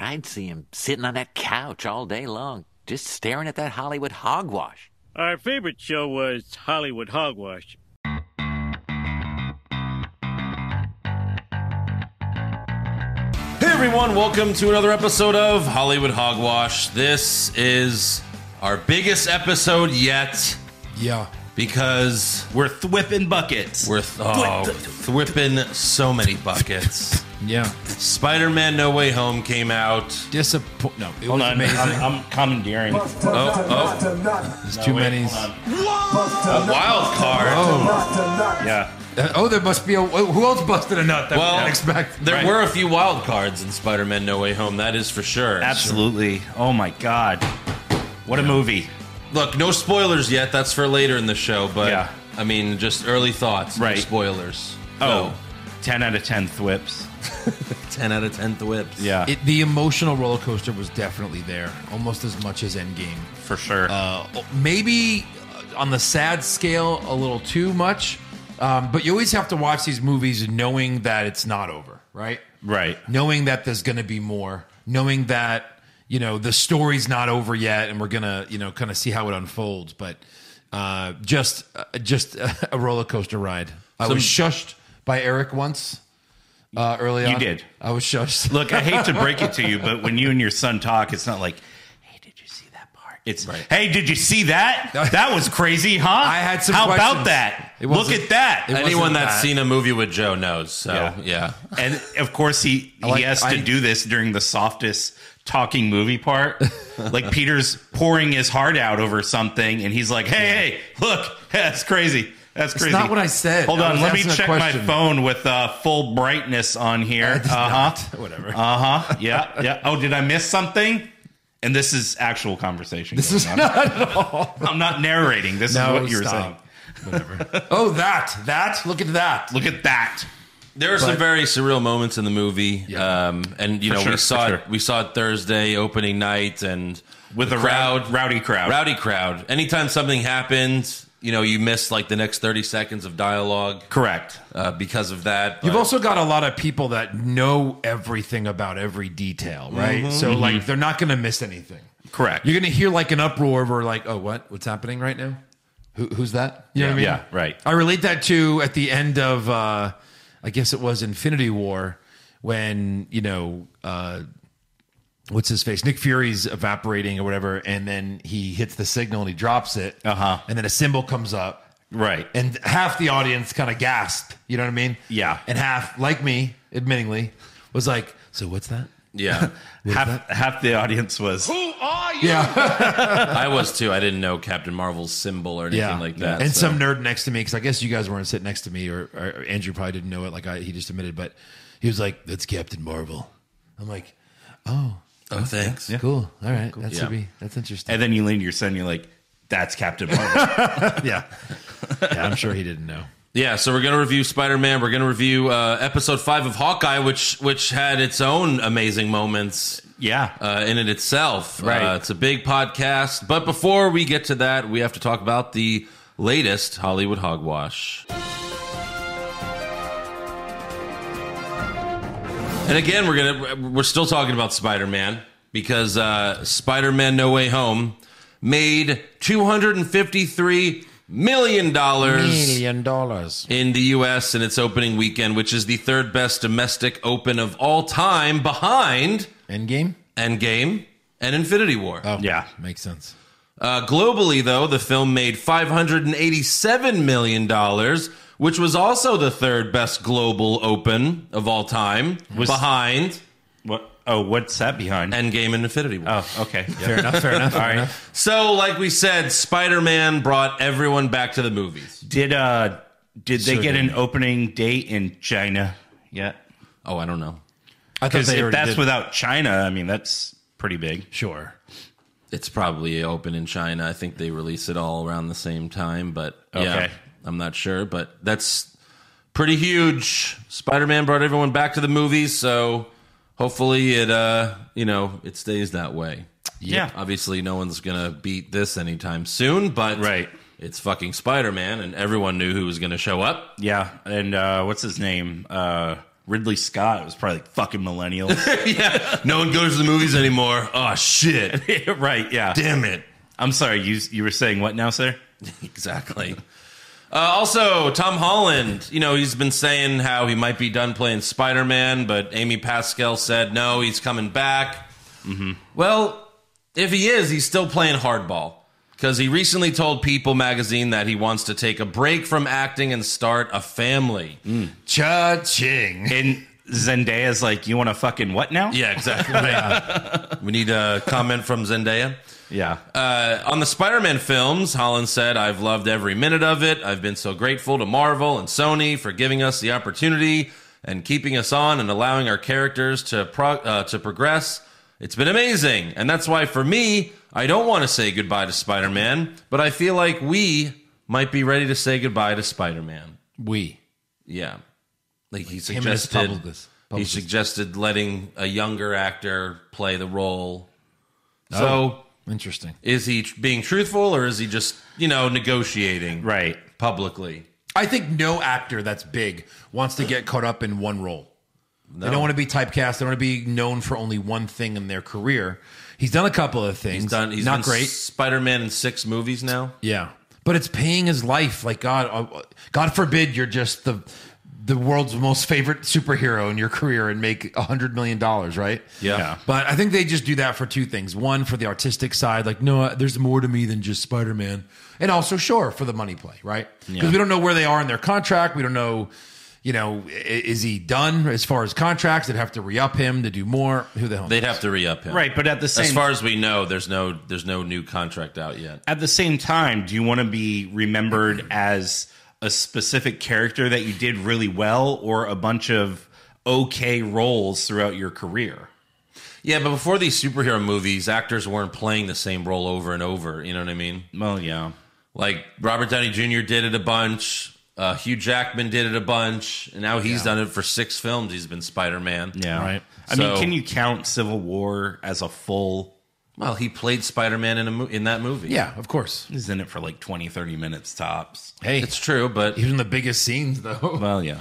I'd see him sitting on that couch all day long, just staring at that Hollywood hogwash. Our favorite show was Hollywood Hogwash. Hey everyone, welcome to another episode of Hollywood Hogwash. This is our biggest episode yet Yeah. because We're whipping buckets. we're th- oh, whipping so many buckets. Yeah. Spider-Man No Way Home came out. Disappoint. No, it Hold was on, amazing. I'm, I'm commandeering. Oh, oh, There's too Wait, many. hold on. wild Oh. card. Yeah. Uh, oh, there must be a. Who else busted a nut? That Well, we didn't expect. There Right. were a few wild cards in Spider-Man No Way Home. That is for sure. Absolutely. Oh my God. What a movie. Look, no spoilers yet. That's for later in the show. But Yeah. I mean, just early thoughts. no Right. spoilers. Oh, 10 out of 10 thwips. So, ten out of ten thwips. Yeah. It, the emotional roller coaster was definitely there, almost as much as Endgame. for sure. Uh, maybe uh, on the sad scale, a little too much. Um, but you always have to watch these movies knowing that it's not over, right? right. knowing that there's going to be more, knowing that you know the story's not over yet, and we're gonna you know kind of see how it unfolds. But uh, just uh, just a roller coaster ride. I So- was shushed by Eric once uh, early on. You did. I was shushed. Look, I hate to break it to you, but when you and your son talk, it's not like, hey, did you see that part? It's, hey, did you see that? That was crazy, huh? I had some How questions. about that? It Look wasn't- at that. it wasn't Anyone that's that. seen a movie with Joe knows. So yeah. Yeah. And of course, he like- he has I- to do this during the softest talking movie part. like Peter's pouring his heart out over something, and he's like, "Hey, hey, look, that's crazy. That's crazy." not what I said. Hold I on, was let me asking a check my question. phone with uh, full brightness on here. did Uh huh. not. Whatever. Uh huh. Yeah. Yeah. Oh, did I miss something? And this is actual conversation. This is not at all. I'm not narrating. This No, is what you were stop. saying. oh, that that look at that. Look at that. There are some very surreal moments in the movie, Yeah. um, and you For know sure, we saw for it. sure. We saw it Thursday opening night, and With the a crowd, rowdy crowd. rowdy crowd. Anytime something happens, you know you miss like the next thirty seconds of dialogue Correct. uh, because of that. You've but- also got a lot of people that know everything about every detail, right? So like they're not going to miss anything. Mm-hmm. Correct. You're going to hear like an uproar over like, oh, what? What's happening right now? Who, who's that? You know what I mean? Yeah, right. I relate that to at the end of, uh, I guess it was Infinity War when, you know, uh, what's his face? Nick Fury's evaporating or whatever. And then he hits the signal and he drops it. Uh-huh. And then a symbol comes up. Right. And half the audience kind of gasped. You know what I mean? Yeah. And half, like me, admittingly, was like, so what's that? yeah, half, half the audience was Yeah. I was too. I didn't know Captain Marvel's symbol or anything like that. And so- some nerd next to me, because I guess you guys weren't sitting next to me, or, or Andrew probably didn't know it, like I, he just admitted, but he was like, that's Captain Marvel. I'm like, Oh, thanks. cool. All right. That's, Yeah. should be, that's interesting. And then you lean to your son, you're like, that's Captain Marvel. yeah. yeah. I'm sure he didn't know. Yeah, so we're gonna review Spider Man. We're gonna review uh, episode five of Hawkeye, which which had its own amazing moments yeah. uh, in it itself. Right. uh, it's a big podcast. But before we get to that, we have to talk about the latest Hollywood hogwash. And again, we're gonna we're still talking about Spider Man because uh, Spider Man No Way Home made two hundred and fifty three million dollars dollars. in the U.S. in its opening weekend, which is the third best domestic open of all time, behind Endgame? Endgame and Infinity War. Oh, Yeah. Makes sense. Uh, globally, though, the film made $587 million, which was also the third best global open of all time, behind what? Oh, what's that behind? Endgame and Infinity War. oh, okay. Fair enough. Fair enough. All right. So, like we said, Spider Man brought everyone back to the movies. Did uh, did they So get an did- opening date in China yet? Oh, I don't know. I thought Because they if already that's did. without China, I mean, that's pretty big. Sure. It's probably open in China. I think they release it all around the same time, but yeah, Okay. I'm not sure. But that's pretty huge. Spider Man brought everyone back to the movies, so hopefully it uh you know it stays that way. Yeah. Obviously, no one's gonna beat this anytime soon, but Right. it's fucking Spider Man, and everyone knew who was gonna show up. Yeah. And uh, what's his name? Uh, Ridley Scott. It was probably like fucking millennials. yeah. No one goes to the movies anymore. Oh shit. right, yeah. Damn it. I'm sorry, you you were saying what now, sir? Exactly. Uh, also, Tom Holland, you know, he's been saying how he might be done playing Spider Man, but Amy Pascal said no, he's coming back. Well, if he is, he's still playing hardball because he recently told People magazine that he wants to take a break from acting and start a family. Cha-ching. And Zendaya's like, you want to fucking what now? Yeah, exactly. We need a comment from Zendaya. Yeah. Uh, on the Spider Man films, Holland said, I've loved every minute of it. I've been so grateful to Marvel and Sony for giving us the opportunity and keeping us on and allowing our characters to, pro- uh, to progress. It's been amazing. And that's why, for me, I don't want to say goodbye to Spider Man, but I feel like we might be ready to say goodbye to Spider Man. We. Yeah. Like he Him and his suggested, publicist- he publicist. suggested letting a younger actor play the role. So. Oh. Interesting. Is he tr- being truthful or is he just, you know, negotiating Right. publicly? I think no actor that's big wants to get caught up in one role. They don't want to be typecast. They want to be known for only one thing in their career. He's done a couple of things. He's done. He's not been great. Spider Man in six movies now. Yeah, but it's paying his life. Like God, uh, God forbid you're just the the world's most favorite superhero in your career and make a hundred million dollars, right? Yeah. Yeah. But I think they just do that for two things. One for the artistic side, like no, there's more to me than just Spider Man, and also sure for the money play, right? Because we don't know where they are in their contract. We don't know. You know, i- is he done as far as contracts? They'd have to re up him to do more. Who the hell? They'd knows? have to re up him, Right, but at the same as far as we know, there's no there's no new contract out yet. at the same time, do you want to be remembered as a specific character that you did really well or a bunch of okay roles throughout your career? Yeah, but before these superhero movies, actors weren't playing the same role over and over. You know what I mean? Well, yeah. Like Robert Downey Jr. did it a bunch. Uh, Hugh Jackman did it a bunch, and now he's done it for six films. He's been Spider Man. Yeah. Right. I So- mean, can you count Civil War as a full? Well, he played Spider Man in a mo- in that movie. yeah, of course. He's in it for like 20, 30 minutes tops. Hey, it's true, but he was in the biggest scenes though. Well, yeah.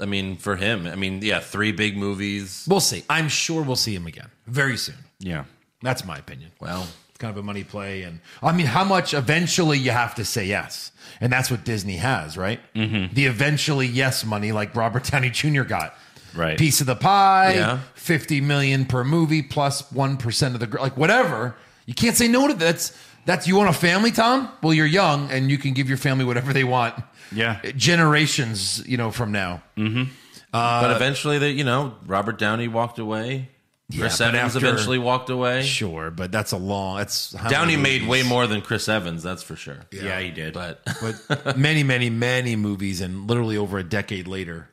I mean, for him, I mean, yeah, three big movies. We'll see. I'm sure we'll see him again very soon. Yeah. That's my opinion. Well, It's kind of a money play, and I mean, how much eventually you have to say yes, and that's what Disney has, right? Mm-hmm. The eventually yes money, like Robert Downey Jr. got, Right. Piece of the pie, Yeah. fifty million per movie plus one percent of the gr- like whatever. You can't say no to that. That's that's you want a family, Tom? Well, you're young, and you can give your family whatever they want. Yeah. generations, you know, from now. uh, but eventually, they, you know, Robert Downey walked away. Chris but Evans after- eventually walked away. Sure, but that's a long. That's how Downey many made movies? way more than Chris Evans, that's for sure. yeah. he did. But but many, many, many movies, and literally over a decade later,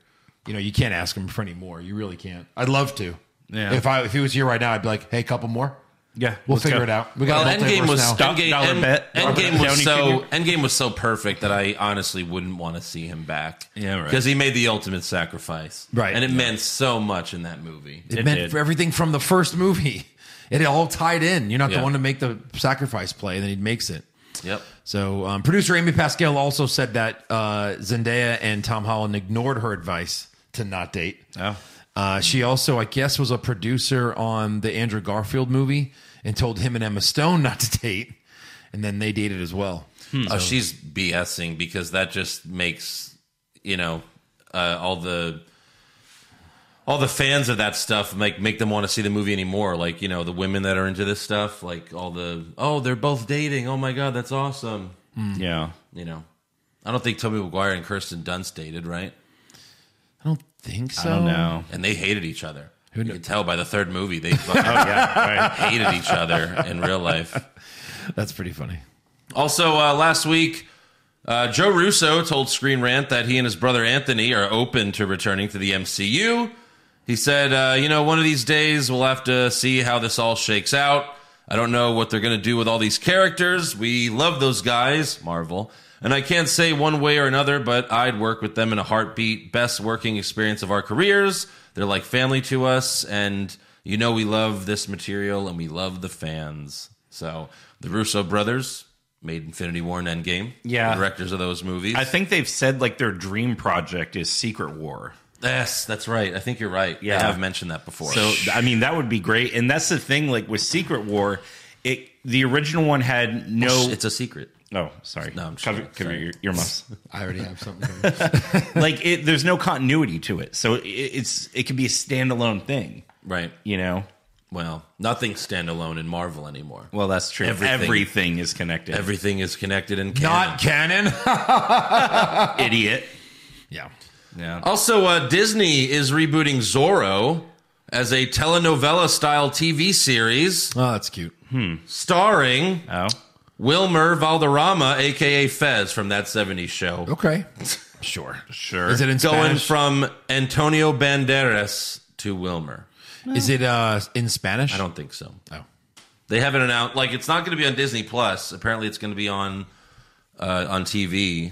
you know, you can't ask him for any more. You really can't. I'd love to. Yeah. If I if he was here right now, I'd be like, hey, a couple more. yeah. We'll let's figure go. it out. We well, got a Endgame multiverse was now. Endgame, Dollar End- bet. Robert Endgame was Downey so Jr. Endgame was so perfect that I honestly wouldn't want to see him back. Yeah, right. Because he made the ultimate sacrifice, Right. And it meant so much in that movie. It, It meant did. for everything from the first movie. It all tied in. You're not Yeah. the one to make the sacrifice play, and then he makes it. Yep. So um, producer Amy Pascal also said that uh, Zendaya and Tom Holland ignored her advice to not date. Oh. Uh, she also, I guess, was a producer on the Andrew Garfield movie and told him and Emma Stone not to date, and then they dated as well. Oh, she's BSing because that just makes you know uh, all the all the fans of that stuff make make them want to see the movie anymore. Like you know the women that are into this stuff, like all the oh they're both dating. Oh my god, that's awesome. Yeah. You know, I don't think Toby Maguire and Kirsten Dunst dated, right? I don't think so. I don't know. And they hated each other. Who you kn- can tell by the third movie they fucking Yeah. Right. hated each other in real life. That's pretty funny. Also, uh, last week, uh, Joe Russo told Screen Rant that he and his brother Anthony are open to returning to the MCU. He said, uh, "You know, one of these days we'll have to see how this all shakes out. I don't know what they're going to do with all these characters. We love those guys, Marvel, and I can't say one way or another, but I'd work with them in a heartbeat. Best working experience of our careers. They're like family to us, and you know we love this material and we love the fans. So the Russo brothers." Made Infinity War and Endgame. Yeah. The directors of those movies. I think they've said like their dream project is Secret War. Yes, that's right. I think you're right. Yeah. I have mentioned that before. So I mean, that would be great. And that's the thing, like with Secret War, it the original one had no. it's a secret. oh, sorry. No, I'm cover, sorry. cover your earmuffs. I already have something. like it, there's no continuity to it, so it, it's it can be a standalone thing. Right. You know. Well, nothing's standalone in Marvel anymore. Well, that's true. Everything, Everything- is connected. Everything is connected and canon. Not canon. idiot. yeah. Yeah. Also, uh, Disney is rebooting Zorro as a telenovela style TV series Oh, that's cute. starring Oh. Wilmer Valderrama, aka Fez, from that 70s show. Okay. Sure. Sure. Is it in Going Spanish? from Antonio Banderas to Wilmer. Is it uh in Spanish? I don't think so. Oh. They haven't announced, like, it's not going to be on Disney Plus. Apparently, it's going to be on uh, on TV.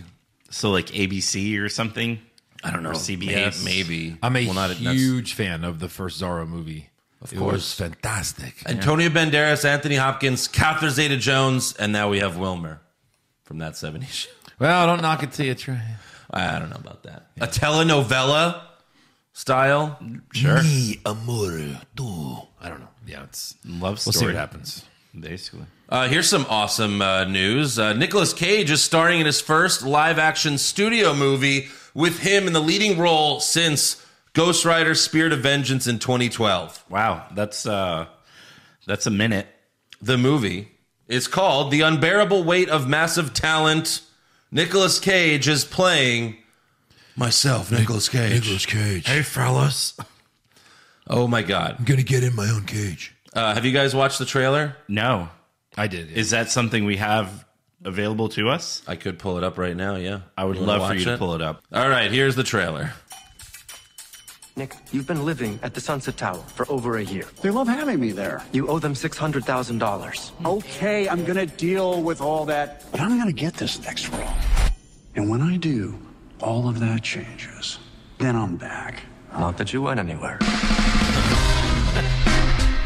so like ABC or something? I don't know. Or CBS? Maybe. I'm a Well, not- that's- huge fan of the first Zorro movie. Of it was fantastic. Antonio Banderas, Anthony Hopkins, Catherine Zeta Jones, and now we have Wilmer from that 70s show. Well, don't knock it till you try. I don't know about that. A telenovela style. Sure. I don't know. Yeah, it's Love we'll see story. what happens. Basically. Uh, here's some awesome uh, news. Uh, Nicolas Cage is starring in his first live action studio movie with him in the leading role since Ghost Rider Spirit of Vengeance in 2012. Wow. That's uh that's a minute. The movie is called The Unbearable Weight of Massive Talent. Nicolas Cage is playing myself, Nicolas Cage. Cage. Hey, fellas. Oh my God. gonna get in my own cage. Uh, have you guys watched the trailer? No. I did. yeah. Is that something we have available to us? I could pull it up right now, yeah. I would wanna love for watch you to pull it up. All right, here's the trailer. Nick, you've been living at the Sunset Tower for over a year. They love having me there. You owe them $600,000. Okay, I'm gonna deal with all that. But I'm gonna get this next role. And when I do, all of that changes. Then I'm back. Not that you went anywhere.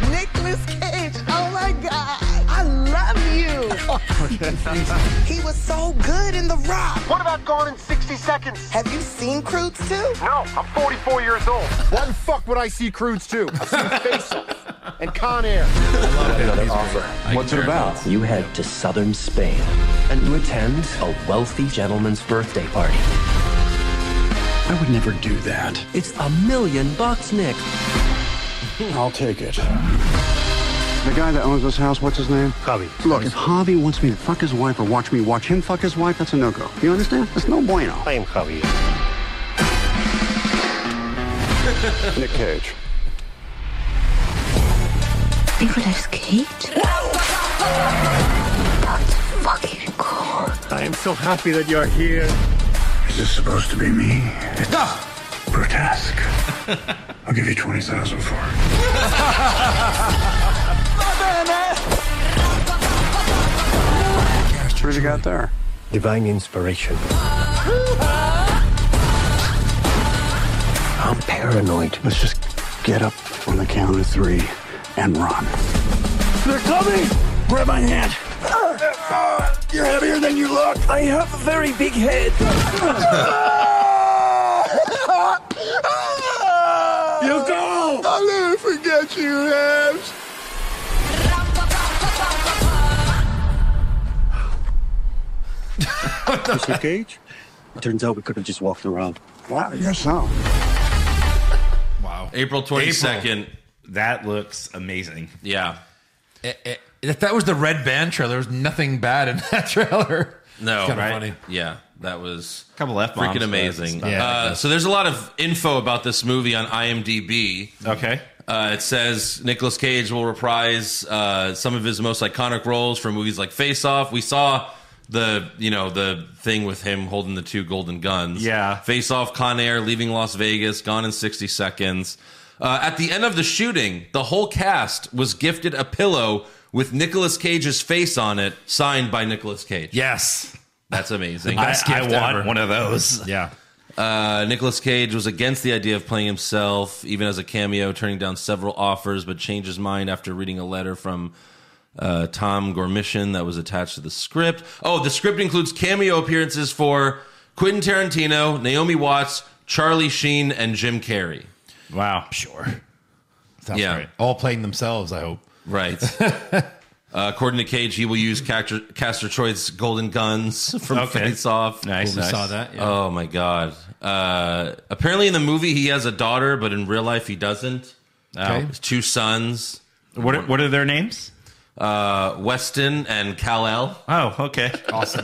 Nicholas Cage. Oh my God. I love you. he was so good in The Rock. What about gone in 60 seconds? Have you seen Croods too? No, I'm 44 years old. Oh. Why the fuck would I see Crudes too? I've seen Face Off and Con Air. What's it about? You head to southern Spain and you attend a wealthy gentleman's birthday party. I would never do that. It's a million bucks, Nick. I'll take it. The guy that owns this house, what's his name? Javi. Look, if Javi wants me to fuck his wife or watch me watch him fuck his wife, that's a no-go. You understand? That's no bueno. I am Javi. Nick Cage. Nicolas Cage? That's fucking cool. I am so happy that you're here. Is this supposed to be me? It's grotesque. I'll give you 20,000 for it. What have you got there? Divine inspiration. I'm paranoid. Let's just get up on the count of three and run. They're coming! Grab my hand. You're heavier than you look. I have a very big head. you go! I'll never forget you, Abs. Mr. Cage? Turns out we could have just walked around. Wow, you're so. April 22nd. That looks amazing. Yeah. Eh, eh, if that was the red band trailer, there was nothing bad in that trailer. No, It's kinda right? funny. Yeah, that was A couple F bombs. freaking amazing. Yeah. Uh, so there's a lot of info about this movie on IMDb. Okay. Uh, it says Nicolas Cage will reprise uh, some of his most iconic roles from movies like Face Off. We saw the you know the thing with him holding the two golden guns. Yeah. Face Off, Con Air, Leaving Las Vegas, Gone in 60 Seconds. Uh, at the end of the shooting, the whole cast was gifted a pillow with Nicolas Cage's face on it, signed by Nicolas Cage. Yes. That's amazing. I, Best I gift want ever. one of those. Yeah. Uh, Nicolas Cage was against the idea of playing himself, even as a cameo, turning down several offers, but changed his mind after reading a letter from uh, Tom Gormishan that was attached to the script. Oh, the script includes cameo appearances for Quentin Tarantino, Naomi Watts, Charlie Sheen, and Jim Carrey. Wow. Sure. Sounds Yeah. right. All playing themselves, I hope. Right. Uh, according to Cage, he will use Castor, Castor Troy's golden guns from Okay. Face Off. Nice, Cool, we nice. saw that, yeah. Oh my god! Uh, apparently, in the movie, he has a daughter, but in real life, he doesn't. Okay. Uh, two sons. What are- What are their names? Uh, Weston and Cal El. Oh, okay. Awesome.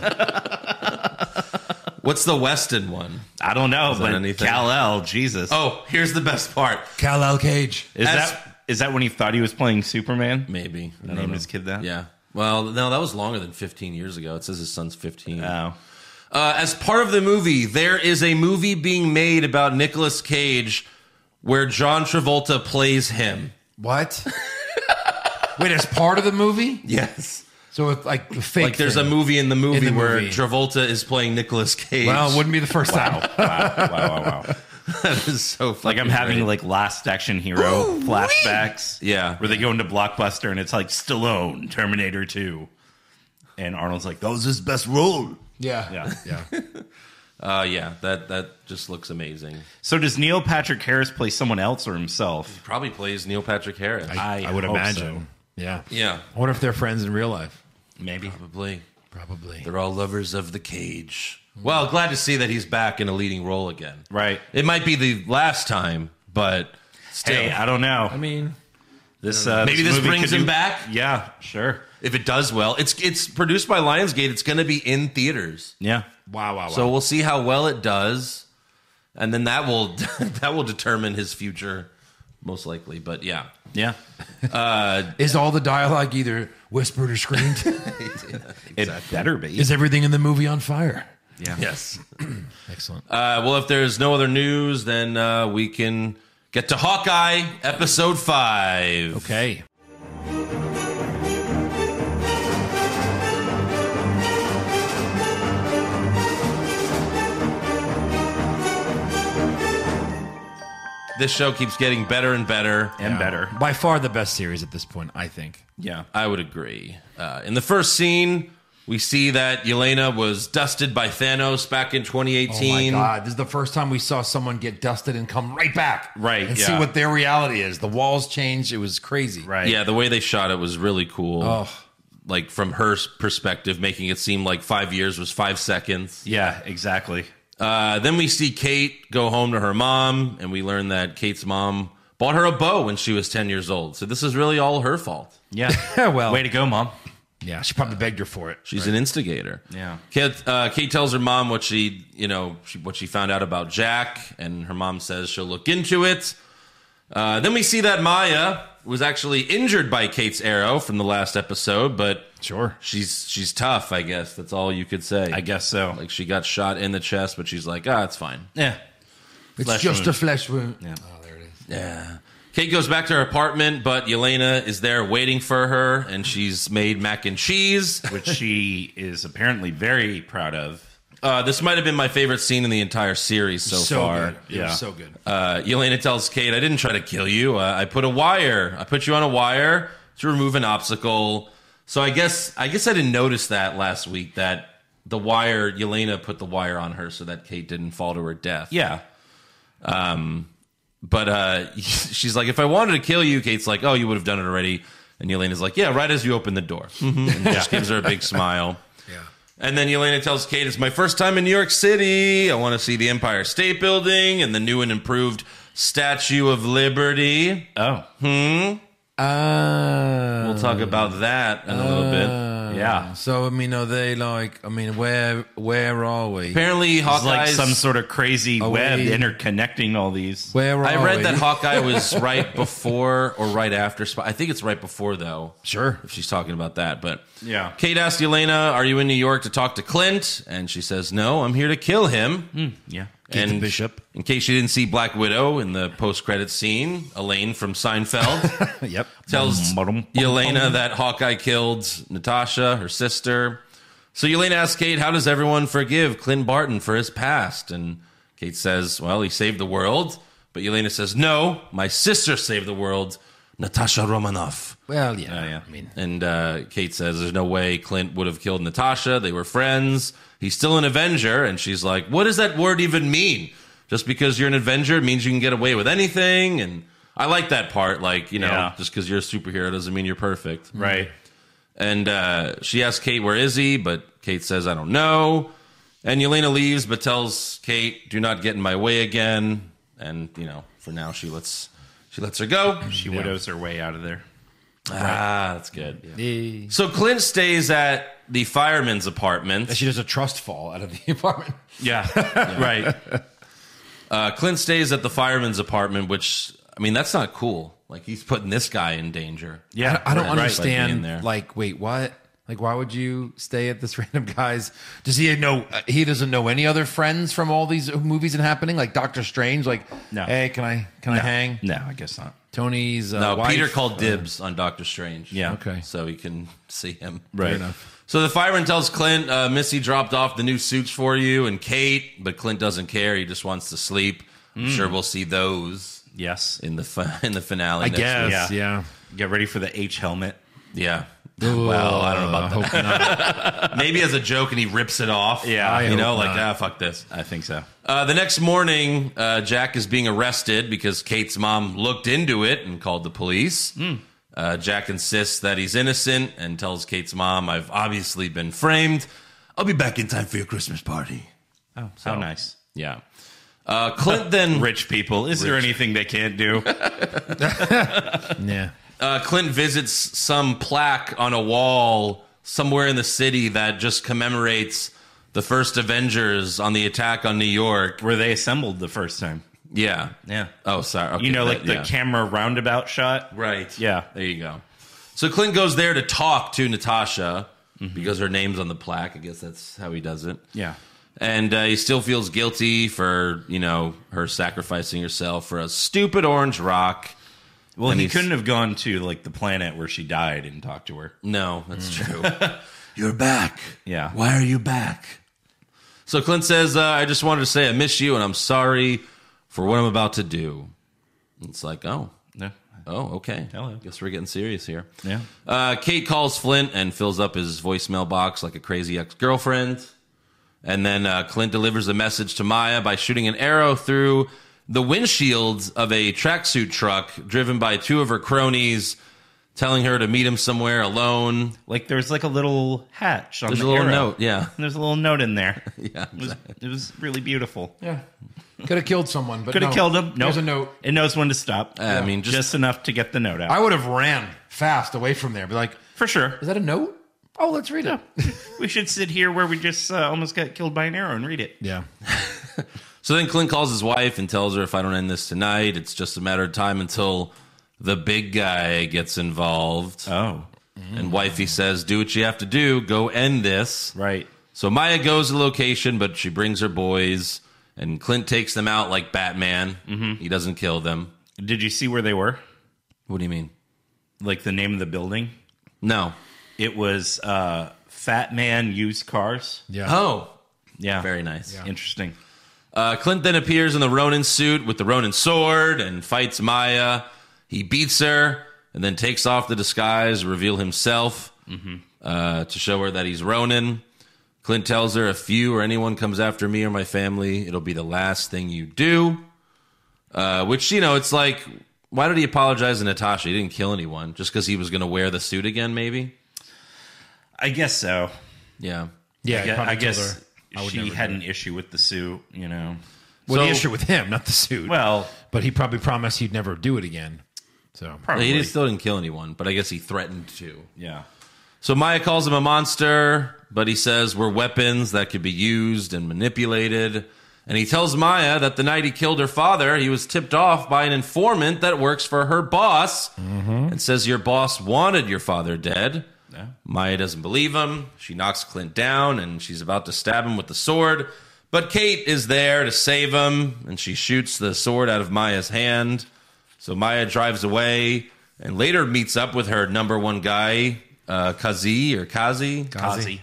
What's the Weston one? I don't know, Is that but anything? Cal El, Jesus. Oh, here's the best part. Cal El Cage. Is As- that is that when he thought he was playing Superman? Maybe. I He don't named know. his kid that. Yeah. Well, no, that was longer than 15 years ago. It says his son's 15. Oh. Uh, as part of the movie, there is a movie being made about Nicolas Cage where John Travolta plays him. What? Wait, as part of the movie? Yes. So it's like the fake. Like there's a thing. movie in the movie the where movie. Travolta is playing Nicolas Cage. Well, it wouldn't be the first time. Wow, wow, wow, wow. that is so fucking Like I'm having great. like Last Action Hero flashbacks. Yeah. Where they go into Blockbuster and it's like Stallone, Terminator 2. And Arnold's like, that was his best role. Yeah. Yeah. Yeah. Uh, yeah, that that just looks amazing. So does Neil Patrick Harris play someone else or himself? Probably plays Neil Patrick Harris. I, I would hope imagine. Yeah. yeah, I wonder if they're friends in real life. so. Maybe. probably. Probably. They're all lovers of the cage. Well, glad to see that he's back in a leading role again. Right. It might be the last time, but still, Hey, I don't know. I mean, This uh, Maybe this movie brings could him do- back? Yeah, sure. if it does well, it's it's produced by Lionsgate. It's going to be in theaters, Yeah. wow, wow, Oh, wow. so we'll see how well it does, and then that will that will determine his future, most likely. But yeah, Yeah. is all the dialogue either whispered or screamed? It better be. is everything in the movie on fire? yes. Excellent. Uh, well, if there's no other news, then uh, we can get to Hawkeye episode five. okay. This show keeps getting better and better. and better. By far the best series at this point, I think. Yeah. I would agree. Uh, in the first scene, we see that Yelena was dusted by Thanos back in 2018. Oh my god! This is the first time we saw someone get dusted and come right back, Right, and yeah. see what their reality is. The walls changed. It was crazy, Right. Yeah, the way they shot it was really cool. Oh. Like from her s- perspective, making it seem like five years was five seconds. Yeah, exactly. Uh, then we see Kate go home to her mom, and we learn that Kate's mom bought her a bow when she was 10 years old. So this is really all her fault. Yeah. well, Way to go, mom. yeah, she probably begged her for it. She's an instigator. Yeah. Kate, uh, Kate tells her mom what she, you know, she, what she found out about Jack, and her mom says she'll look into it. Uh, then we see that Maya was actually injured by Kate's arrow from the last episode, but Sure. she's she's tough. I guess that's all you could say. I guess so. Like she got shot in the chest, but she's like, ah, it's fine. yeah. It's Flesh just wound. a flesh wound. Yeah. Kate goes back to her apartment, but Yelena is there waiting for her, and she's made mac and cheese. Which she is apparently very proud of. Uh, this might have been my favorite scene in the entire series so, So far. good. It was yeah. so good. Uh, Yelena tells Kate, I didn't try to kill you. Uh, I put a wire. I put you on a wire to remove an obstacle. So I guess I guess I didn't notice that last week that the wire Yelena put the wire on her so that Kate didn't fall to her death. Yeah. But uh, she's like, if I wanted to kill you, Kate's like, oh, you would have done it already. And Yelena's like, yeah, right as you open the door. Mm-hmm. Mhm. And just gives her a big smile. Yeah. And then Yelena tells Kate, it's my first time in New York City. I want to see the Empire State Building and the new and improved Statue of Liberty. Oh. Uh, We'll talk about that in a little bit. Yeah. so I mean, are they like? I mean, where where are we? Apparently, It's like Hawkeye's. some sort of crazy Away. web interconnecting all these. Where are I read we? that Hawkeye was right before or right after. Sp- I think it's right before, though. Sure. if she's talking about that. But Yeah. Kate asked Elena, "Are you in New York to talk to Clint?" And she says, "No, I'm here to kill him." Yeah. and Hmm, the bishop. In case you didn't see Black Widow in the post-credit scene, Elaine from Seinfeld Yep. tells Bum, bum, Elena that Hawkeye killed Natasha, her sister. So Elena asks Kate, "How does everyone forgive Clint Barton for his past?" And Kate says, "Well, he saved the world." But Elena says, "No, my sister saved the world, Natasha Romanoff." Well, yeah. Oh, yeah. I mean, And uh, Kate says, There's no way Clint would have killed Natasha. They were friends. He's still an Avenger. And she's like, What does that word even mean? just because you're an Avenger means you can get away with anything. And I like that part. Like, you know, Yeah. just because you're a superhero doesn't mean you're perfect. Right. And uh, she asks Kate, where is he? But Kate says, I don't know. And Yelena leaves, but tells Kate, do not get in my way again. And, you know, for now, she lets. She lets her go. She widows her way out of there. Ah, that's good. So Clint stays at the fireman's apartment. She does a trust fall out of the apartment. Yeah, right. Uh, Clint stays at the fireman's apartment, which I mean, that's not cool. Like he's putting this guy in danger. I, I don't Right, like, being understand. there. Like, wait, what? Like, why would you stay at this random guy's? Does he know? uh, He doesn't know any other friends from all these movies and happening. Like Doctor Strange. Like, No. hey, can I can I No. hang? No, I guess not. Tony's uh, no, wife, Peter called uh, dibs on Doctor Strange. Yeah. Okay. so he can see him. Right. enough. So the fireman tells Clint, uh, "Missy dropped off the new suits for you and Kate," but Clint doesn't care. He just wants to sleep. I'm Hmm. sure we'll see those Yes. in the fi- in the finale. I next guess. week. Yeah. Yeah. Get ready for the H helmet. Yeah. well, I don't know about hope not. that. Maybe as a joke, and he rips it off. Yeah, I you know, hope like not. ah, fuck this. I think so. Uh, the next morning, uh, Jack is being arrested because Kate's mom looked into it and called the police. Hmm. Uh, Jack insists that he's innocent and tells Kate's mom, I've obviously been framed. I'll be back in time for your Christmas party. Oh, so nice. Yeah. Uh, Clint then Rich people. Is there anything they can't do? yeah. uh, Clint visits some plaque on a wall somewhere in the city that just commemorates the first Avengers on the attack on New York. Where they assembled the first time. Yeah. Yeah. Oh, sorry. Okay, you know, that- like the yeah. camera roundabout shot. Right. Yeah. There you go. So Clint goes there to talk to Natasha because her name's on the plaque. I guess that's how he does it. Yeah. And uh, he still feels guilty for, you know, her sacrificing herself for a stupid orange rock. Well, And he he's- couldn't have gone to like the planet where she died and talked to her. No, that's Mm. true. You're back. Yeah. Why are you back? So Clint says, uh, I just wanted to say I miss you and I'm sorry for what I'm about to do. It's like, oh, No. oh, okay. Hello. Guess we're getting serious here. Yeah. Uh, Kate calls Flint and fills up his voicemail box like a crazy ex girlfriend. And then uh, Clint delivers a message to Maya by shooting an arrow through the windshields of a tracksuit truck driven by two of her cronies, telling her to meet him somewhere alone. Like there's like a little hatch on There's the a little arrow. note. Yeah. And there's a little note in there. yeah. It was, it was really beautiful. Yeah. Could have killed someone, but Could have no. killed him. No. There's a note. It knows when to stop. I mean, just, just, enough to get the note out. I would have ran fast away from there. Be like, For sure. is that a note? Oh, let's read it. we should sit here where we just uh, almost got killed by an arrow and read it. Yeah. So then Clint calls his wife and tells her, if I don't end this tonight, it's just a matter of time until the big guy gets involved. Oh, And wifey says, do what you have to do, go end this. right. So Maya goes to the location, but she brings her boys, and Clint takes them out like Batman. Mm-hmm. He doesn't kill them. Did you see where they were? What do you mean? Like the name of the building? No. It was uh, Fat Man Used Cars. Yeah. Oh, Yeah. very nice. interesting. Uh, Clint then appears in the Ronin suit with the Ronin sword and fights Maya. He beats her and then takes off the disguise, reveal himself uh, to show her that he's Ronin. Clint tells her, if you or anyone comes after me or my family, it'll be the last thing you do. Uh, which, you know, it's like, why did he apologize to Natasha? He didn't kill anyone just because he was going to wear the suit again, maybe? I guess so. Yeah. Yeah. I he guess, probably I told guess her, I would she never had do an issue with the suit, you know. it. Well, the So- issue with him, not the suit. Well, but he probably promised he'd never do it again. So probably. He still didn't kill anyone, but I guess he threatened to. yeah. So Maya calls him a monster, but he says we're weapons that could be used and manipulated. And he tells Maya that the night he killed her father, he was tipped off by an informant that works for her boss and says, Your boss wanted your father dead. Maya doesn't believe him. She knocks Clint down and she's about to stab him with the sword. But Kate is there to save him and she shoots the sword out of Maya's hand. So Maya drives away and later meets up with her number one guy, uh, Kazi or Kazi. Ozzy.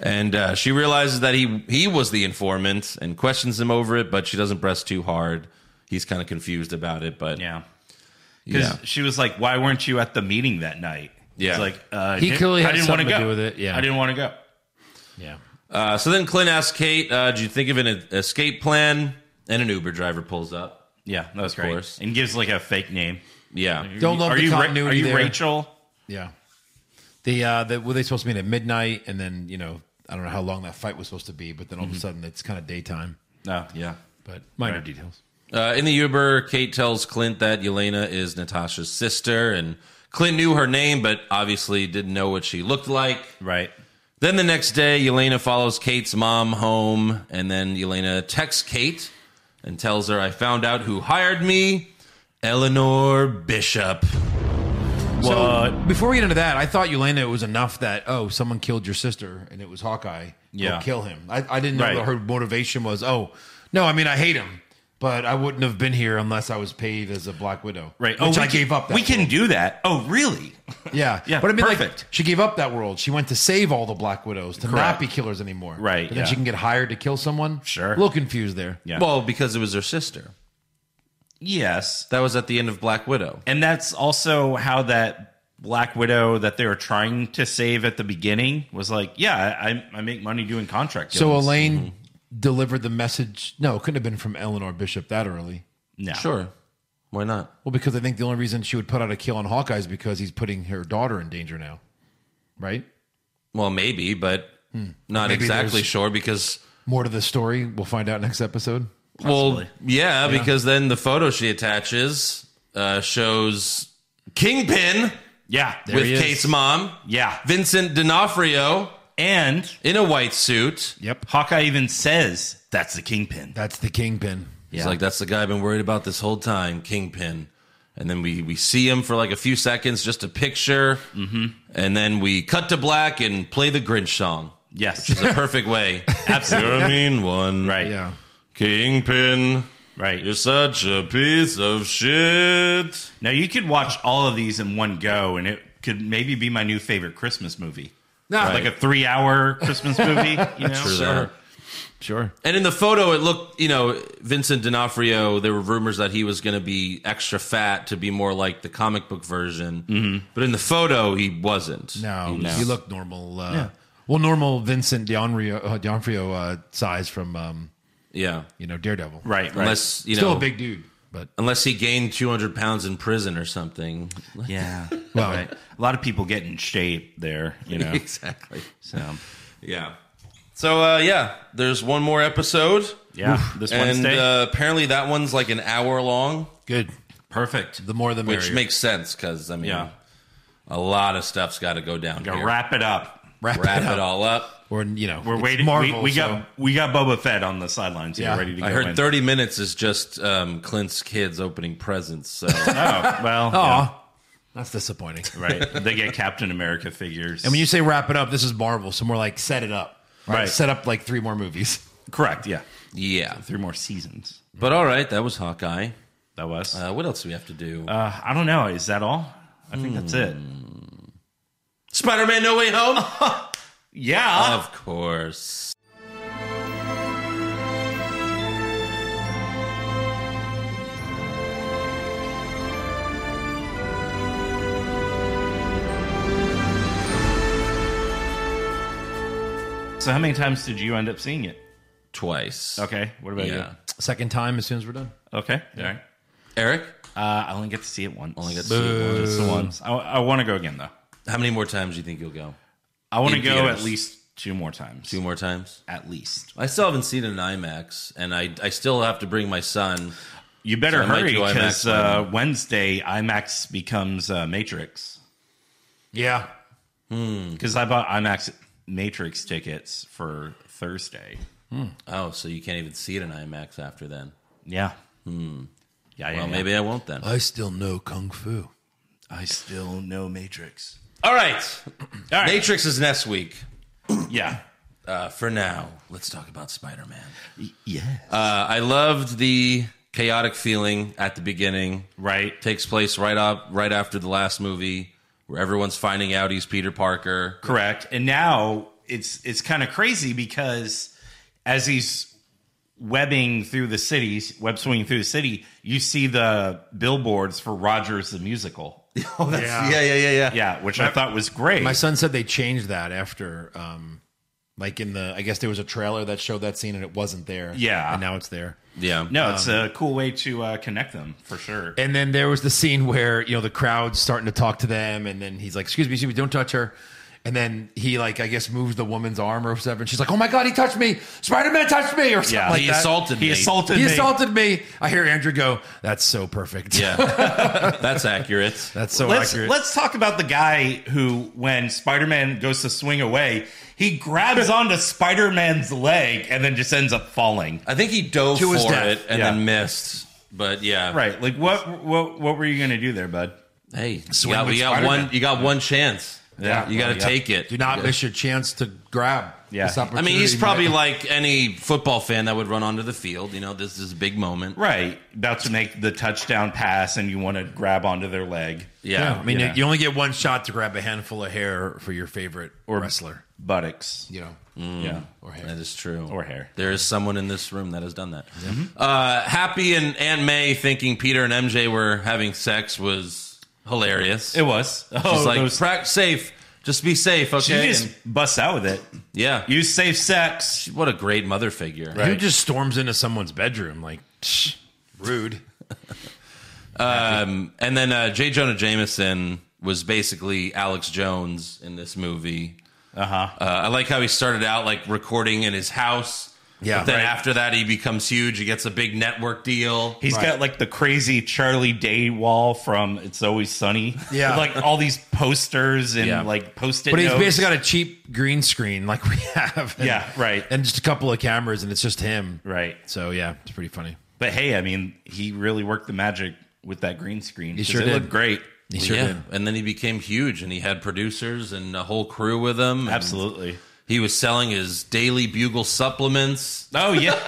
And uh, she realizes that he, he was the informant and questions him over it, but she doesn't press too hard. He's kind of confused about it, but Yeah. Because yeah. she was like, why weren't you at the meeting that night? Yeah. It's like, uh, He clearly I had didn't want something to go. do with it, yeah. I didn't want to go. yeah. Uh, so then Clint asks Kate, uh, "Do you think of an e- escape plan?" And an Uber driver pulls up. Yeah, that was great. And gives like a fake name. Yeah. Don't love Are the you Ra- continuity are you there. Rachel? Yeah. The uh, the, were they supposed to meet at midnight, and then you know I don't know how long that fight was supposed to be, but then all of Mm-hmm. a Mhm. sudden it's kind of daytime. No. Yeah. But minor Right. details. Uh, in the Uber, Kate tells Clint that Yelena is Natasha's sister, and Clint knew her name, but obviously didn't know what she looked like. Right. Then the next day, Yelena follows Kate's mom home, and then Yelena texts Kate and tells her, I found out who hired me Eleanor Bishop. So before we get into that, I thought Yelena it was enough that oh someone killed your sister and it was Hawkeye. Go Yeah. kill him. I, I didn't know Right. that her motivation was oh no. I mean I hate him, but I wouldn't have been here unless I was paid as a Black Widow. Right. Oh, Which we I can- gave up. That we can do that. Oh, really? Yeah. Yeah, But I mean, perfect. like, she gave up that world. She went to save all the Black Widows to Correct. not be killers anymore. Right, And then yeah. she can get hired to kill someone. Sure. A little confused there. Well, because it was her sister. Yes. That was at the end of Black Widow. And that's also how that Black Widow that they were trying to save at the beginning was like, yeah, I, I make money doing contract. so killings. Elaine Mm-hmm. delivered the message. No, it couldn't have been from Eleanor Bishop that early. No. Sure. Why not? Well, because I think the only reason she would put out a kill on Hawkeye is because he's putting her daughter in danger now. Right? Well, maybe, but Hmm. not Maybe exactly there's- sure because, More to the story. We'll find out next episode. well, yeah, because then the photo she attaches uh, shows Kingpin. Yeah. with Kate's mom. Yeah. Vincent D'Onofrio. And in a white suit. Yep. Hawkeye even says that's the kingpin. That's the kingpin. He's like, that's the guy I've been worried about this whole time, Kingpin. And then we, we see him for like a few seconds, just a picture. Mm-hmm. And then we cut to black and play the Grinch song. Yes. Which is a perfect way. Absolutely. You're a mean one. Right. Yeah. Kingpin. Right. You're such a piece of shit. Now you could watch all of these in one go, and it could maybe be my new favorite Christmas movie. No. Like a three-hour Christmas movie. You know? True that. Sure. And in the photo, it looked, you know, Vincent D'Onofrio, there were rumors that he was going to be extra fat to be more like the comic book version. Mm-hmm. But in the photo, he wasn't. No, He was- you look normal. Uh, Yeah. Well, normal Vincent D'Onofrio, uh, D'Onofrio uh, size from um, Yeah. you know Daredevil. Right, right. Unless, you still know, a big dude, but unless he gained 200 pounds in prison or something. Yeah. Well- right. A lot of people get in shape there, you know. exactly. So Yeah. So, uh, yeah, there's one more episode. Yeah, Oof. this and, Wednesday. Uh, apparently, that one's like an hour long, good. perfect. The more the merrier. which makes sense because, I mean, Yeah. a lot of stuff's got to go down. Gotta here. wrap it up. wrap, Wrap it, it up. all up. Or you know, We're it's waiting. Marvel, we, we so- got we got Boba Fett on the sidelines here, Yeah. ready to go. I heard in. 30 minutes is just um, Clint's kids opening presents. So Oh well, Aw. That's disappointing. yeah, right. They get Captain America figures. And when you say wrap it up, this is Marvel, so more like set it up. Right. Set up like three more movies. correct, yeah, yeah, three more seasons. but all right, that was Hawkeye. That was. Uh, Uh, what else do we have to do? I don't know. Is that all? I think that's it. Spider-Man: No Way Home. Yeah. of course. so how many times did you end up seeing it? Twice. Okay. What about Yeah. Second time as soon as we're done. you? Okay. All right. Eric, Uh, I only get to see it once. Only get to see it once. Just the once. I, I want to go again though. how many more times do you think you'll go? I want to In go theaters. at least two more times. Two more times. At least. I still haven't seen it in IMAX, and I I still have to bring my son. You better So I might hurry do IMAX because by uh, Wednesday IMAX becomes uh, Matrix. Yeah. Because I bought IMAX Matrix tickets for Thursday. Oh, so you can't even see it in IMAX after then? Yeah. Hmm. Yeah. yeah, Well, yeah. maybe I won't Uh, then. I still know kung fu. I still know Matrix. All right. All right. Matrix is next week. Yeah. Uh, for now, let's talk about Spider-Man. Yeah. Uh, I loved the chaotic feeling at the beginning. Right. Takes place right up right after the last movie where everyone's finding out he's Peter Parker. Correct. And now it's it's kind of crazy because as he's webbing through the cities, web swinging through the city, you see the billboards for Rogers the musical. Oh, that's, yeah. yeah, yeah, yeah, Yeah, which I thought was great. My son said they changed that after um, Like in the, I guess there was a trailer that showed that scene and it wasn't there. Yeah. and now it's there. Yeah. No, it's Um, a cool way to uh, connect them for sure. And then there was the scene where you know the crowd's starting to talk to them, and then he's like, "Excuse me, excuse me, don't touch her." And then he like I guess moves the woman's arm or whatever, and she's like, "Oh my god, he touched me! Spider Man touched me!" Or something Yeah. like He that. assaulted He me. assaulted He me. assaulted me. I hear Andrew go, "That's so perfect." Yeah, that's accurate. That's so let's accurate. let's talk about the guy who, when Spider Man goes to swing away, he grabs onto Spider Man's leg and then just ends up falling. I think he dove To his for death. it and Yeah. then missed. But yeah, Right? Like what what what were you gonna do there, bud? Hey, Swing you got, with you got Spider-Man. one. You got one chance. Yeah. you got to Yeah. take it. Do not Yeah. miss your chance to grab. This I opportunity. mean, he's probably like any football fan that would run onto the field. You know, this is a big moment. Right, about to make the touchdown pass, and you want to grab onto their leg. Yeah, I mean, You know. you only get one shot to grab a handful of hair for your favorite Or wrestler. buttocks. You know, Mm, Yeah. Or hair. That is true. Or hair. Mm-hmm. There is someone in this room that has done that. Uh, Happy and Aunt May thinking Peter and MJ were having sex was hilarious. It was. She's Oh, like, those- "Prac- safe. Just be safe, She okay? just And- busts out with it. yeah. Use safe sex. She- What a great mother figure. who just storms into someone's bedroom like psh, rude. Um, and then uh, J. Jonah Jameson was basically Alex Jones in this movie. Uh-huh. Uh, I like how he started out like recording in his house. Yeah. But then Right. after that, he becomes huge. He gets a big network deal. He's got like the crazy Charlie Day wall from It's Always Sunny. Yeah. With, like all these posters and Yeah. like post-it But he's notes. basically got a cheap green screen like we have. And- Yeah, right. And just a couple of cameras, and it's just him. right. So yeah, it's pretty funny. But hey, I mean, he really worked the magic with that green screen. He 'cause sure it did. Mm-hmm. looked great. He sure yeah. did. And then he became huge and he had producers and a whole crew with him. and Absolutely. He was selling his daily bugle supplements, Oh yeah.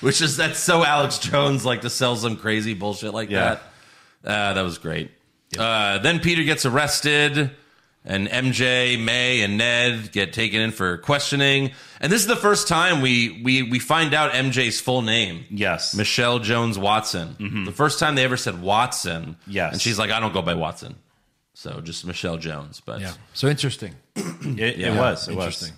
which is that's so Alex Jones like to sell some crazy bullshit like Yeah. that. Uh, that was great. Uh, then Peter gets arrested, and MJ, May, and Ned get taken in for questioning. And this is the first time we we we find out MJ's full name. yes. Michelle Jones Watson. The first time they ever said Watson. Yes. And she's like, I don't go by Watson. So just Michelle Jones. But Yeah. So interesting. it, it was. It was. interesting.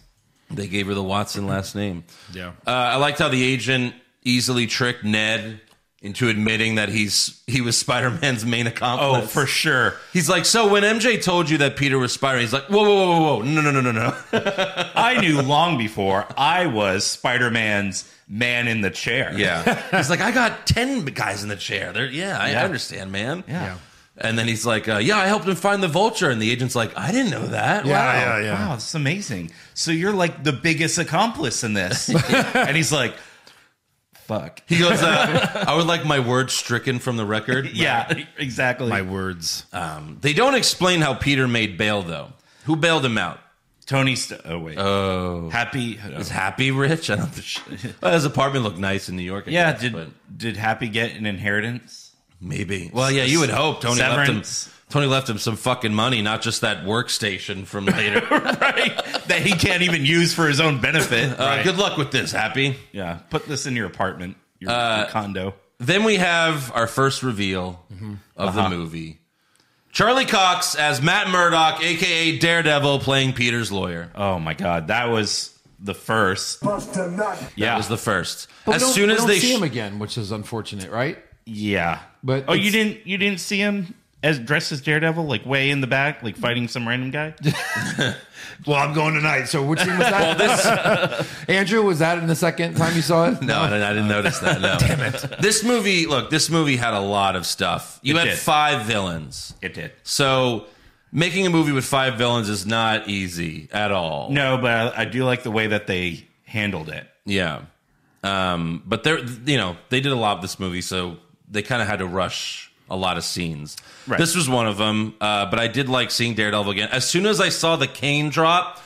they gave her the Watson last name. Yeah. Uh, I liked how the agent easily tricked Ned into admitting that he's he was Spider Man's main Oh, accomplice. for sure. He's like, so when MJ told you that Peter was Spider, he's like, whoa, whoa, whoa, whoa, whoa, no, no, no, no, no. I knew long before I was Spider-Man's man in the chair. Yeah. he's like, I got 10 guys in the chair. They're, yeah, I, Yeah. I understand, man. Yeah. And then he's like, uh, yeah, I helped him find the vulture. And the agent's like, I didn't know that. Yeah, wow. yeah, yeah. Wow, this is amazing. So you're like the biggest accomplice in this. and he's like, fuck. He goes, uh, I would like my word stricken from the record. Yeah, exactly. My words. Um, they don't explain how Peter made bail, though. Who bailed him out? Tony. St- oh wait. Oh. Happy. Is Happy rich? I don't well, his apartment looked nice in New York. I yeah. guess, Did but did Happy get an inheritance? maybe. Well, yeah, you would hope Tony Severance. left him. Tony left him some fucking money, not just that workstation from later. right. That he can't even use for his own benefit. Uh, Good luck with this, Happy. Yeah. Put this in your apartment, your, Uh, your condo. Then we have our first reveal of the movie. Charlie Cox as Matt Murdock, aka Daredevil, playing Peter's lawyer. Oh my God, that was the first. Bust a nut. Yeah. That was the first. But we as don't- soon we as don't they see sh- him again, which is unfortunate, right? yeah. But oh, you it's- didn't you didn't see him as dressed as Daredevil, like way in the back, like fighting some random guy. Well, I'm going tonight. So which scene was that? Andrew, was that in the second time you saw it? No, I didn't- I didn't notice that. No. Damn it. This movie, look, this movie had a lot of stuff. You It had did. five villains. it did. So making a movie with five villains is not easy at all. No, but I, I do like the way that they handled it. Yeah. Um, but they're, you know, they did a lot of this movie, so they kind of had to rush a lot of scenes. Right. This was one of them, uh, but I did like seeing Daredevil again. As soon as I saw the cane drop,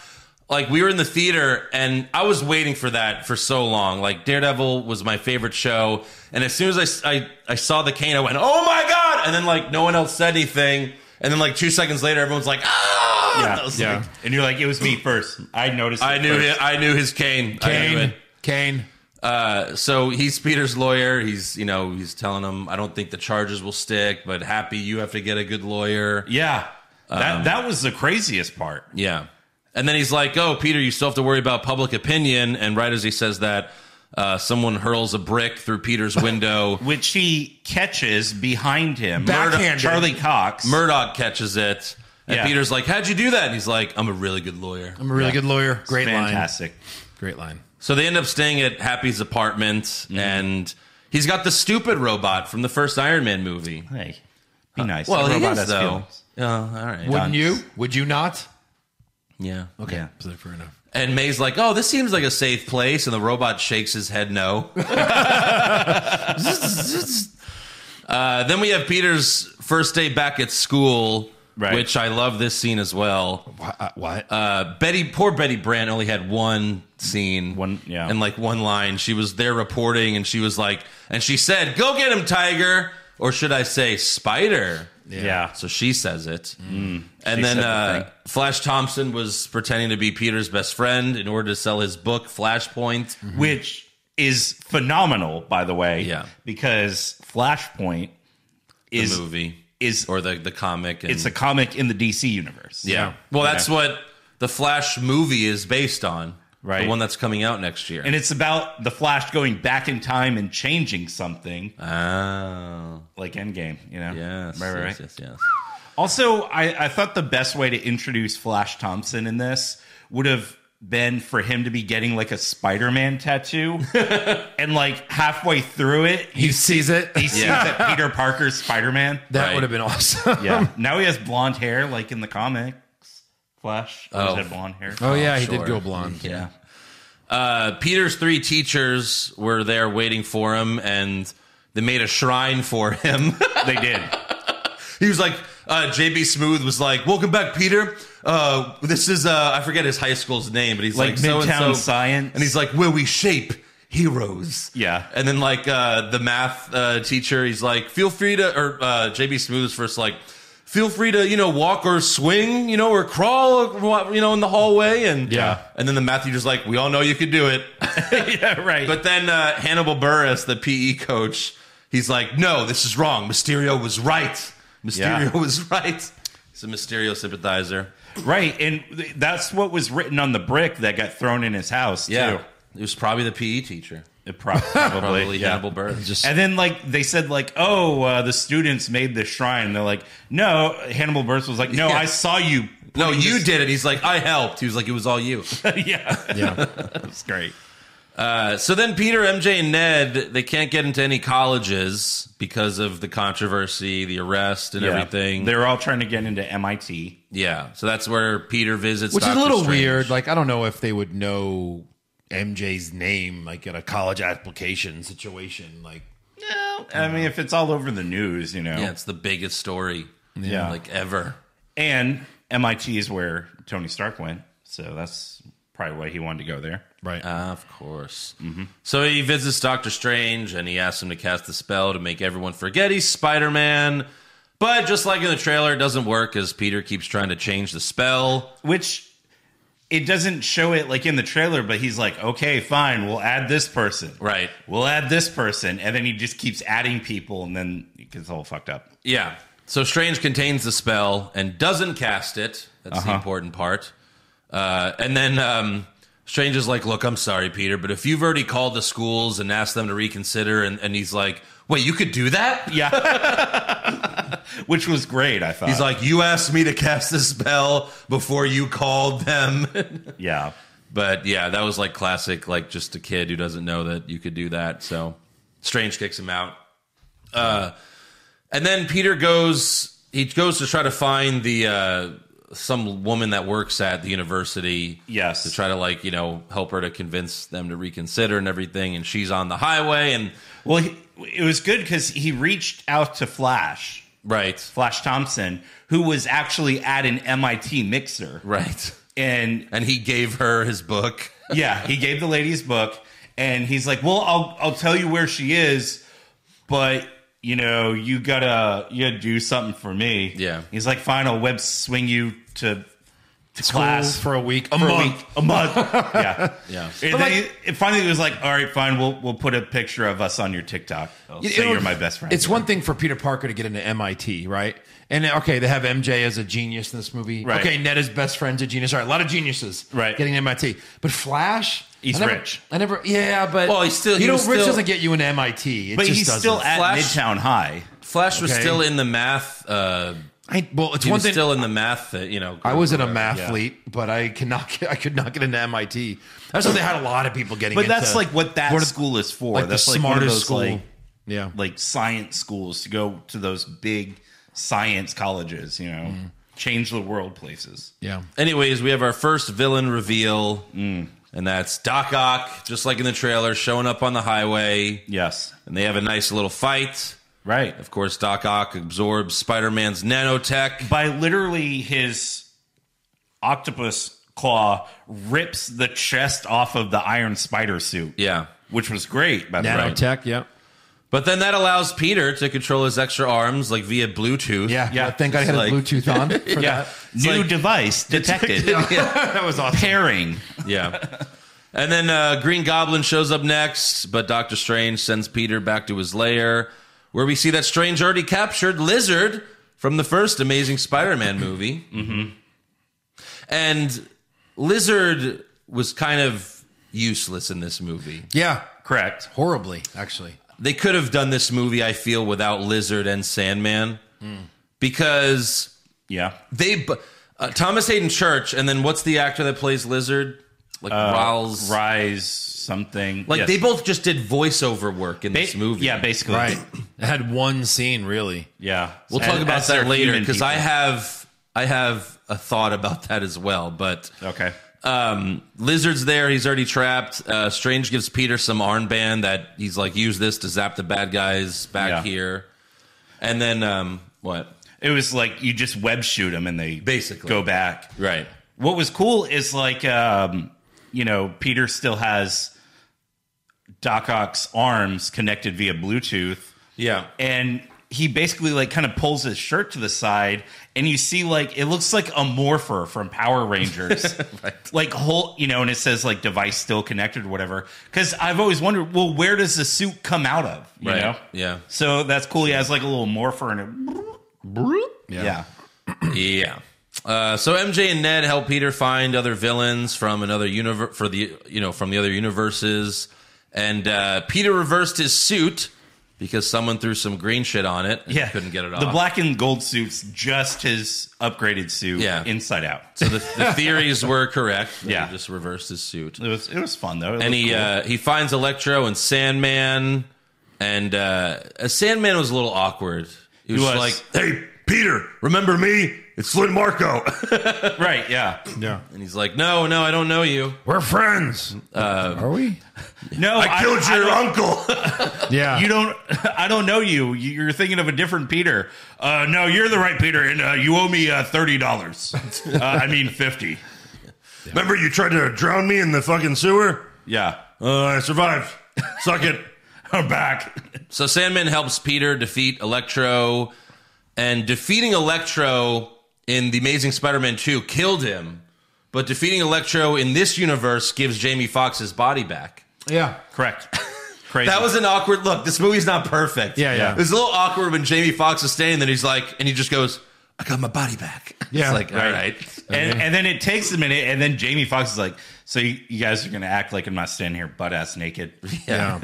like we were in the theater and I was waiting for that for so long. Like Daredevil was my favorite show. And as soon as I, I, I saw the cane, I went, oh my God. And then like no one else said anything. And then like two seconds later, everyone's like, ah, And I was like, and you're like, it was me first. I noticed. I it knew first. his, I knew his cane. I knew Kane. it. Kane. Uh, so he's Peter's lawyer. He's you know he's telling him I don't think the charges will stick, but happy you have to get a good lawyer. Um, Yeah, that that was the craziest part. Yeah, And then he's like, "Oh, Peter, you still have to worry about public opinion." And right as he says that, uh, someone hurls a brick through Peter's window, which he catches behind him. Backhanded. Charlie Cox. Murdoch catches it, and Yeah. Peter's like, "How'd you do that?" And he's like, "I'm a really good lawyer. I'm a really good lawyer. Great line. Fantastic. Great line. So they end up staying at Happy's apartment, and he's got the stupid robot from the first Iron Man movie. Hey, be nice. well, he The robot is has though. feelings. Oh, all right. Wouldn't you? Would you not? Yeah. Okay. Yeah. So fair enough. And May's like, "Oh, this seems like a safe place," and the robot shakes his head no. uh, then we have Peter's first day back at school, Right. which I love this scene as well. Wha- uh, What? Uh, Betty, poor Betty Brandt, only had one scene, One- yeah. and like one line. She was there reporting, and she was like, and she said, "Go get him, Tiger," or should I say, Spider? Yeah. Mm. So she says it. And She then said the uh, thing. Flash Thompson was pretending to be Peter's best friend in order to sell his book, Flashpoint. Mhm. Which is phenomenal, by the way. Yeah. Because Flashpoint The is movie. is Or the, the comic. And, it's a comic in the DC universe. Yeah. Well, that's what the Flash movie is based on. Right. The one that's coming out next year. And it's about the Flash going back in time and changing something oh. like Endgame, you know? Yes. Right, right, yes, right. yes, yes. Also, I, I thought the best way to introduce Flash Thompson in this would have been for him to be getting like a Spider Man tattoo. and like halfway through it, He sees it. he sees that Peter Parker's Spider Man. that Right. would have been awesome. Yeah. now he has blonde hair like in the comics. Flash always Oh. had blonde hair. Oh yeah, he Sure. did go blonde. yeah. Uh, Peter's three teachers were there waiting for him, and they made a shrine for him. They did. He was like, uh, JB Smooth was like, "Welcome back, Peter." Uh, this is uh, I forget his high school's name, but he's like, Like so-and-so. Midtown Science. and he's like, "Where we shape heroes." Yeah. and then like uh, the math uh, teacher, he's like, "Feel free to," or uh, JB Smooth's first like, "Feel free to you know walk or swing, you know, or crawl, you know, in the hallway." And Yeah. and then the math teacher's like, "We all know you could do it." yeah, right. But then uh, Hannibal Burris, the PE coach, he's like, "No, this is wrong. Mysterio was right. Mysterio Yeah. was right." He's a Mysterio sympathizer. right. And th- that's what was written on the brick that got thrown in his house, too. it was probably the PE teacher, It prob- probably, probably yeah. Hannibal Burris. Just And then, like, they said, like, oh, uh, the students made the shrine. They're like, no. Hannibal Burris was like, no, Yeah. I saw you. no, putting you this- did it. He's like, I helped. He was like, it was all you. yeah. yeah. That's great. Uh, so then Peter, MJ, and Ned they can't get into any colleges because of the controversy, the arrest, and Yeah. everything. They were all trying to get into MIT. yeah, so that's where Peter visits, Which is a Dr. little Strange. weird. Like I don't know if they would know MJ's name like at a college application situation. Like No. I mean, if it's all over the news, you know. yeah, it's the biggest story, Yeah. like ever. And MIT is where Tony Stark went. So that's probably why he wanted to go there. right. Of course. So he visits Doctor Strange and he asks him to cast a spell to make everyone forget he's Spider Man. But just like in the trailer, it doesn't work as Peter keeps trying to change the spell. Which it doesn't show it like in the trailer, but he's like, okay, fine, we'll add this person. Right. We'll add this person. And then he just keeps adding people and then it gets all fucked up. Yeah. So Strange contains the spell and doesn't cast it. That's the Uh-huh. important part. Uh, and then um, Strange is like, Look, I'm sorry, Peter, but if you've already called the schools and asked them to reconsider, and, and he's like, Wait, you could do that? Yeah. Which was great, I thought. He's like, You asked me to cast the spell before you called them. yeah. But yeah, that was like classic, like just a kid who doesn't know that you could do that. So Strange kicks him out. Uh, and then Peter goes, he goes to try to find the, uh, some woman that works at the university. Yes. To try to like, you know, help her to convince them to reconsider and everything. And she's on the highway and, Well, he, it was good because he reached out to Flash, right, Flash Thompson, who was actually at an MIT mixer. right. And And he gave her his book. yeah, he gave the lady his book, and he's like, "Well, I'll I'll tell you where she is, but you know, you gotta you gotta do something for me." Yeah. he's like, "Fine, I'll web swing you to Uh, to class for a week, a for month, week. a month. yeah, Yeah. And then it finally, it was like, all right, fine, we'll we'll put a picture of us on your TikTok. I'll You say know, you're my best friend. It's one thing for Peter Parker to get into MIT, right? And okay, they have MJ as a genius in this movie. Right. Okay, Ned is best friend's a genius. All right, a lot of geniuses Right. getting to MIT. But Flash, He's I never- rich. I never, yeah, but Well, he's still- you he know, was rich still- doesn't get you an MIT. It but just he's doesn't. still at Flash- Midtown High. Flash was Okay. still in the math. Uh, I, well, it's he one was thing. still in the math. Uh, you know, I wasn't a group or whatever. Yeah. mathlete, but I cannot. Get, I could not get into MIT. That's what they had a lot of people getting. But that's into- like what that one of- school is for. like the that's smartest like one of those, school. Like, yeah, like science schools to go to those big science colleges, you know, change the world places. yeah. Anyways, we have our first villain reveal, and that's Doc Ock, just like in the trailer, showing up on the highway, Yes. and they have a nice little fight. Right. Of course, Doc Ock absorbs Spider Man's nanotech. By literally his octopus claw rips the chest off of the iron spider suit. Yeah. Which was great, by the way. Nanotech. Yeah, But then that allows Peter to control his extra arms, like via Bluetooth. yeah, Yeah, I think I it's had like- a Bluetooth on for Yeah. that. New like- device detected. That was awesome. Pairing. Yeah. And then uh, Green Goblin shows up next, but Doctor Strange sends Peter back to his lair, where we see that Strange already captured Lizard from the first Amazing Spider Man movie. mm-hmm. And Lizard was kind of useless in this movie. Yeah, Correct. horribly actually. They could have done this movie, I feel, without Lizard and Sandman because Yeah. they. bu- Uh, Thomas Hayden Church, and then what's the actor that plays Lizard? Like Riles. Rise something. Like Yes. they both just did voiceover work in Ba- this movie. Yeah, basically. Right. it had one scene really. Yeah. we'll talk As- about as that they're later human because I people. have I have a thought about that as well. But Okay. um, Lizard's there; he's already trapped. Uh, Strange gives Peter some armband that he's like, use this to zap the bad guys back Yeah. here. And then um, what? It was like you just web shoot them and they Basically. go back. Right. What was cool is like um, you know Peter still has Doc Ock's arms connected via Bluetooth, Yeah. and he basically like kind of pulls his shirt to the side, and you see like it looks like a morpher from Power Rangers, like whole you know, and it says like device still connected or whatever. Because I've always wondered, well, where does the suit come out of? You Right. know, Yeah. So that's cool. He has like a little morpher and it. yeah. Yeah. Uh, so MJ and Ned help Peter find other villains from another universe for the you know from the other universes, and uh, Peter reversed his suit because someone threw some green shit on it. And yeah, couldn't get it off. The black and gold suit's just his upgraded suit, Yeah. inside out. So the, the theories were correct. that Yeah. he just reversed his suit, It was it was fun though. It and looked he cool. uh, he finds Electro and Sandman, and uh, uh, Sandman was a little awkward. He was, was. like, Hey, Peter, remember me? It's Flynn Marco. right, yeah. Yeah, and he's like, no, no, I don't know you. We're friends. are we? No, I killed I your don't- uncle. Yeah, You don't. I don't know you. You- You're thinking of a different Peter. Uh, no, you're the right Peter, and uh, you owe me uh, thirty dollars. Uh, I mean fifty. remember you tried to drown me in the fucking sewer? Yeah, Uh, I survived. Suck it. I'm back. So Sandman helps Peter defeat Electro, and defeating Electro in The Amazing Spider-Man 2 killed him, but defeating Electro in this universe gives Jamie Foxx his body back. yeah, Correct. Crazy. That was an awkward look. This movie's not perfect. Yeah, yeah. It was a little awkward when Jamie Foxx is standing there. He's like, and he just goes, "I got my body back." Yeah. it's like all right. And, and then it takes a minute, and then Jamie Foxx is like, "So you, you guys are gonna act like I'm not standing here butt ass naked." yeah.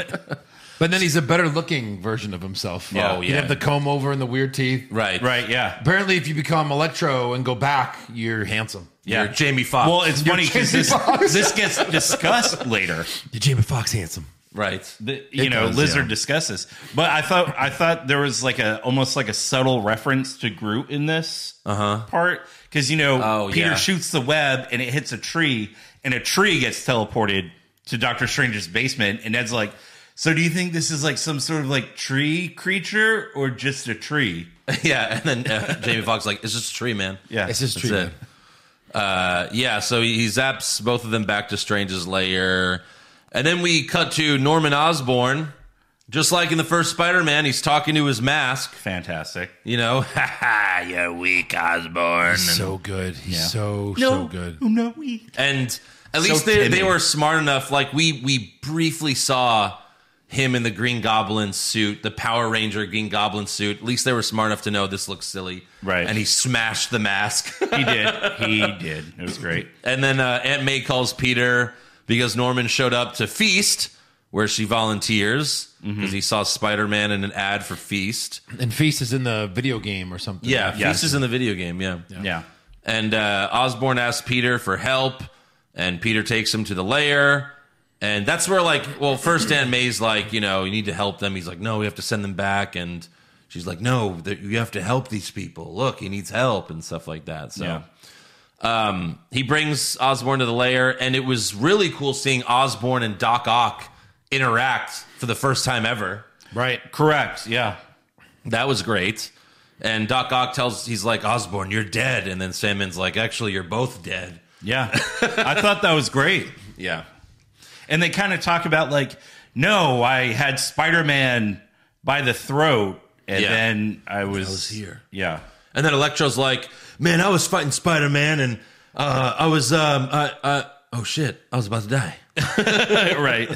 but then he's a better looking version of himself. Yeah. Oh, He'd yeah. have the comb over and the weird teeth. right, Right? Yeah. Apparently, if you become Electro and go back, you're handsome. Yeah, Yeah. Jamie Foxx. Well, it's funny because Jamie this, Foxx. this gets discussed later. You're Jamie Fox handsome. right. The, you know, does, Lizard yeah. discusses. But I thought I thought there was like a almost like a subtle reference to Groot in this uh-huh. part because you know Oh, Peter yeah. shoots the web and it hits a tree and a tree gets teleported to Doctor Strange's basement and Ned's like, so do you think this is like some sort of like tree creature or just a tree? yeah, and then uh, Jamie Foxx is like, "It's just a tree, man." Yeah, It's his That's treatment. it. Uh, yeah, so he, he zaps both of them back to Strange's lair. And then we cut to Norman Osborn Just like in the first Spider Man, he's talking to his mask. Fantastic. You know, ha ha, Ah, you weak Osborn. He's so good. He's Yeah. so so No. good. No, we. And at So least they, they timid. were smart enough. Like we we briefly saw him in the Green Goblin suit, the Power Ranger Green Goblin suit. At least they were smart enough to know this looks silly. Right. And he smashed the mask. He did. He did. It was great. And then uh, Aunt May calls Peter because Norman showed up to Feast, where she volunteers because he saw Spider Man in an ad for Feast. And Feast is in the video game or something. Yeah, Feast is in the video game. Yeah. Yeah. And uh, Osborne asks Peter for help, and Peter takes him to the lair. And that's where, like, well, first Aunt May's like, you know, you need to help them. He's like, no, we have to send them back. And she's like, no, that you have to help these people. Look, he needs help and stuff like that. So Yeah. um, he brings Osborne to the lair, and it was really cool seeing Osborne and Doc Ock interact for the first time ever. Right. Correct. Yeah. That was great. And Doc Ock tells, he's like, Osborne, you're dead. And then Sandman's like, actually, you're both dead. Yeah. I thought that was great. Yeah. And they kind of talk about, like, no, I had Spider Man by the throat, and Yeah. then I was, was here. Yeah. And then Electro's like, man, I was fighting Spider Man and uh, I was, um, I, I, oh shit, I was about to die. right.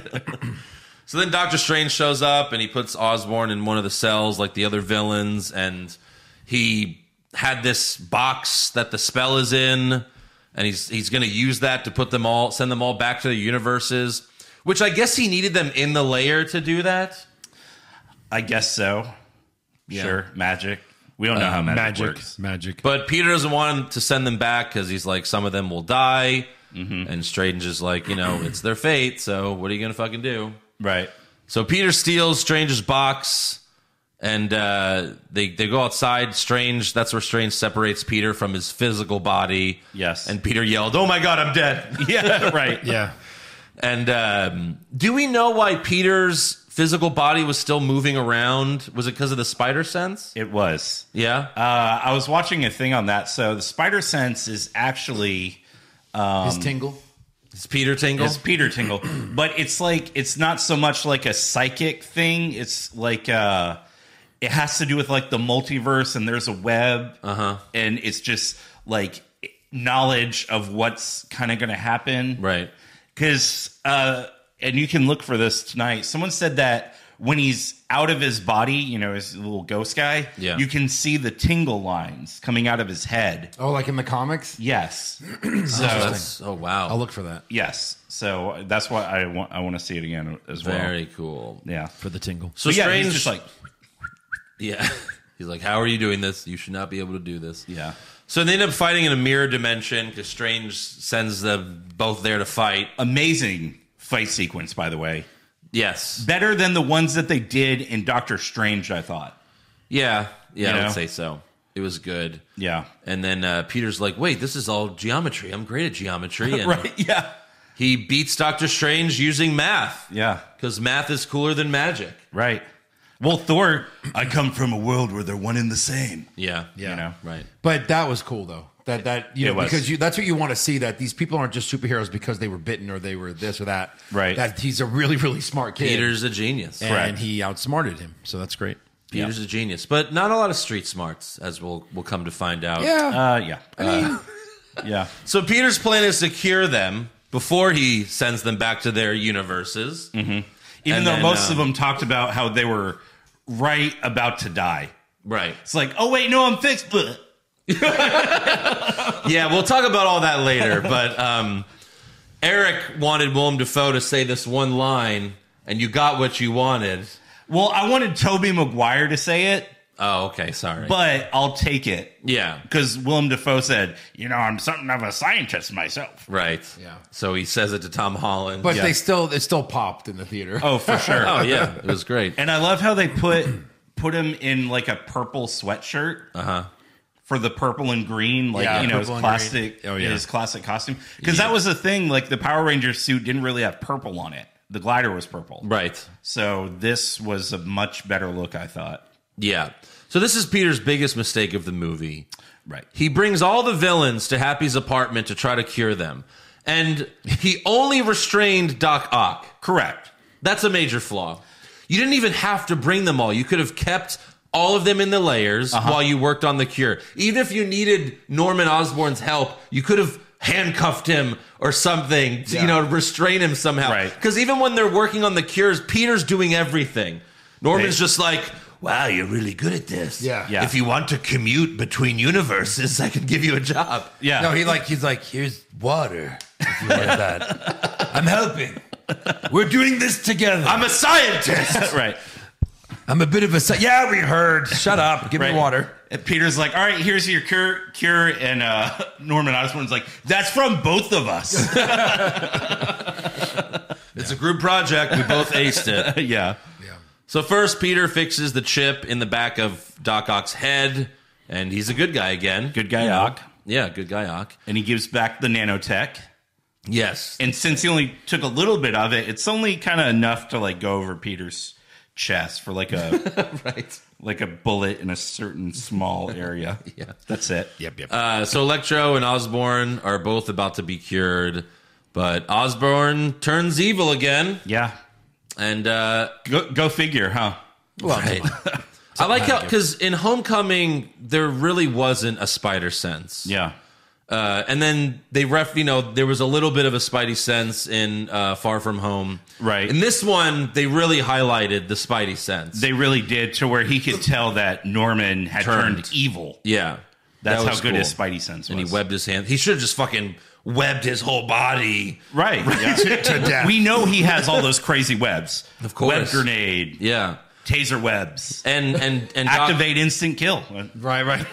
So then Doctor Strange shows up and he puts Osborn in one of the cells like the other villains, and he had this box that the spell is in, and he's he's gonna use that to put them all send them all back to their universes. Which I guess he needed them in the layer to do that. I guess so. Sure. Magic. We don't know how magic, Magic. works. Magic. But Peter doesn't want him to send them back because he's like, some of them will die. And Strange is like, you know, it's their fate, so what are you gonna fucking do? Right. So Peter steals Strange's box, and uh, they they go outside. Strange, that's where Strange separates Peter from his physical body. Yes. and Peter yelled, "Oh my God, I'm dead!" Yeah. Right. Yeah. and um, do we know why Peter's physical body was still moving around? Was it because of the spider sense? It was. Yeah, Uh, I was watching a thing on that. So the spider sense is actually His tingle. it's Peter Tingle. is Peter Tingle, but it's like it's not so much like a psychic thing. It's like uh, it has to do with like the multiverse, and there's a web, uh-huh. and it's just like knowledge of what's kind of going to happen, right. because uh and you can look for this tonight someone said that when he's out of his body you know his little ghost guy Yeah. you can see the tingle lines coming out of his head Oh, like in the comics. yes Oh, so that's, oh wow, I'll look for that yes so uh, that's why i want i want to see it again as well very cool. yeah for the tingle. So so yeah Strange, he's just like yeah, he's like, "How are you doing this? You should not be able to do this." yeah So they end up fighting in a mirror dimension because Strange sends them both there to fight. amazing fight sequence by the way Yes. better than the ones that they did in doctor strange i thought Yeah. Yeah, You I know? would say so. It was good. yeah And then uh, Peter's like, wait, this is all geometry. I'm great at geometry. And right yeah he beats Doctor Strange using math. yeah Because math is cooler than magic. right well thor i come from a world where they're one and the same Yeah. Yeah. you know Right. But that was cool though. That that you It know was. because you that's what you want to see that these people aren't just superheroes because they were bitten or they were this or that. Right. That he's a really really smart kid. Peter's a genius. and correct. he outsmarted him. So that's great. Peter's a genius. But not a lot of street smarts, as we'll, we'll come to find out. Yeah. Uh, yeah. Uh, yeah. So Peter's plan is to cure them before he sends them back to their universes. Even And though then, most of um, them talked about how they were right about to die. Right. It's like, oh, wait, no, I'm fixed. Bleh. yeah, we'll talk about all that later. But um, Eric wanted Willem Dafoe to say this one line, and you got what you wanted. Well, I wanted Toby Maguire to say it, Oh, okay, sorry. but I'll take it. yeah, Because Willem Dafoe said, you know, I'm something of a scientist myself. right. Yeah. So he says it to Tom Holland. but yeah. they still it still popped in the theater. Oh, for sure. oh yeah, it was great. And I love how they put put him in like a purple sweatshirt. Uh huh. For the purple and green, like Yeah, you know, his purple and classic, green. Oh, yeah. his classic costume, because that was the thing. Like the Power Ranger suit didn't really have purple on it. The glider was purple, right. So this was a much better look, I thought. Yeah. So this is Peter's biggest mistake of the movie. Right. He brings all the villains to Happy's apartment to try to cure them. And he only restrained Doc Ock. Correct. That's a major flaw. You didn't even have to bring them all. You could have kept all of them in the layers while you worked on the cure. Even if you needed Norman Osborn's help, you could have handcuffed him or something, to, you know, restrain him somehow. Right. Because even when they're working on the cures, Peter's doing everything. Norman's They- just like, wow, you're really good at this. Yeah. Yeah. If you want to commute between universes, I can give you a job. Yeah. No, he like he's like here's water. If you want that, I'm helping. We're doing this together. I'm a scientist. right. I'm a bit of a sci- yeah. We heard. Shut up. Give Right. me water. And Peter's like, all right, here's your cure, cure. and uh, Norman Osborn's like, that's from both of us. It's a group project. We both aced it. yeah. So first, Peter fixes the chip in the back of Doc Ock's head, and he's a good guy again. Good guy, Ock. Yeah, good guy, Ock. And he gives back the nanotech. Yes. And since he only took a little bit of it, it's only kind of enough to like go over Peter's chest for like a right like a bullet in a certain small area. yeah. That's it. Yep, yep. Uh, so Electro and Osborne are both about to be cured, but Osborne turns evil again. Yeah. And uh, go go figure, huh? Well, I like how because in Homecoming there really wasn't a spider sense. Yeah. Uh, and then they ref, you know, there was a little bit of a Spidey sense in uh, Far From Home, Right. In this one, they really highlighted the Spidey sense. They really did to where he could tell that Norman had turned, Turned. evil. Yeah, That's That how was good cool. his Spidey sense was. And he webbed his hand. He should have just fucking webbed his whole body. Right. yeah. We know he has all those crazy webs. Of course. Web grenade, Yeah. taser webs. And and and Doc- Activate instant kill. Right, right.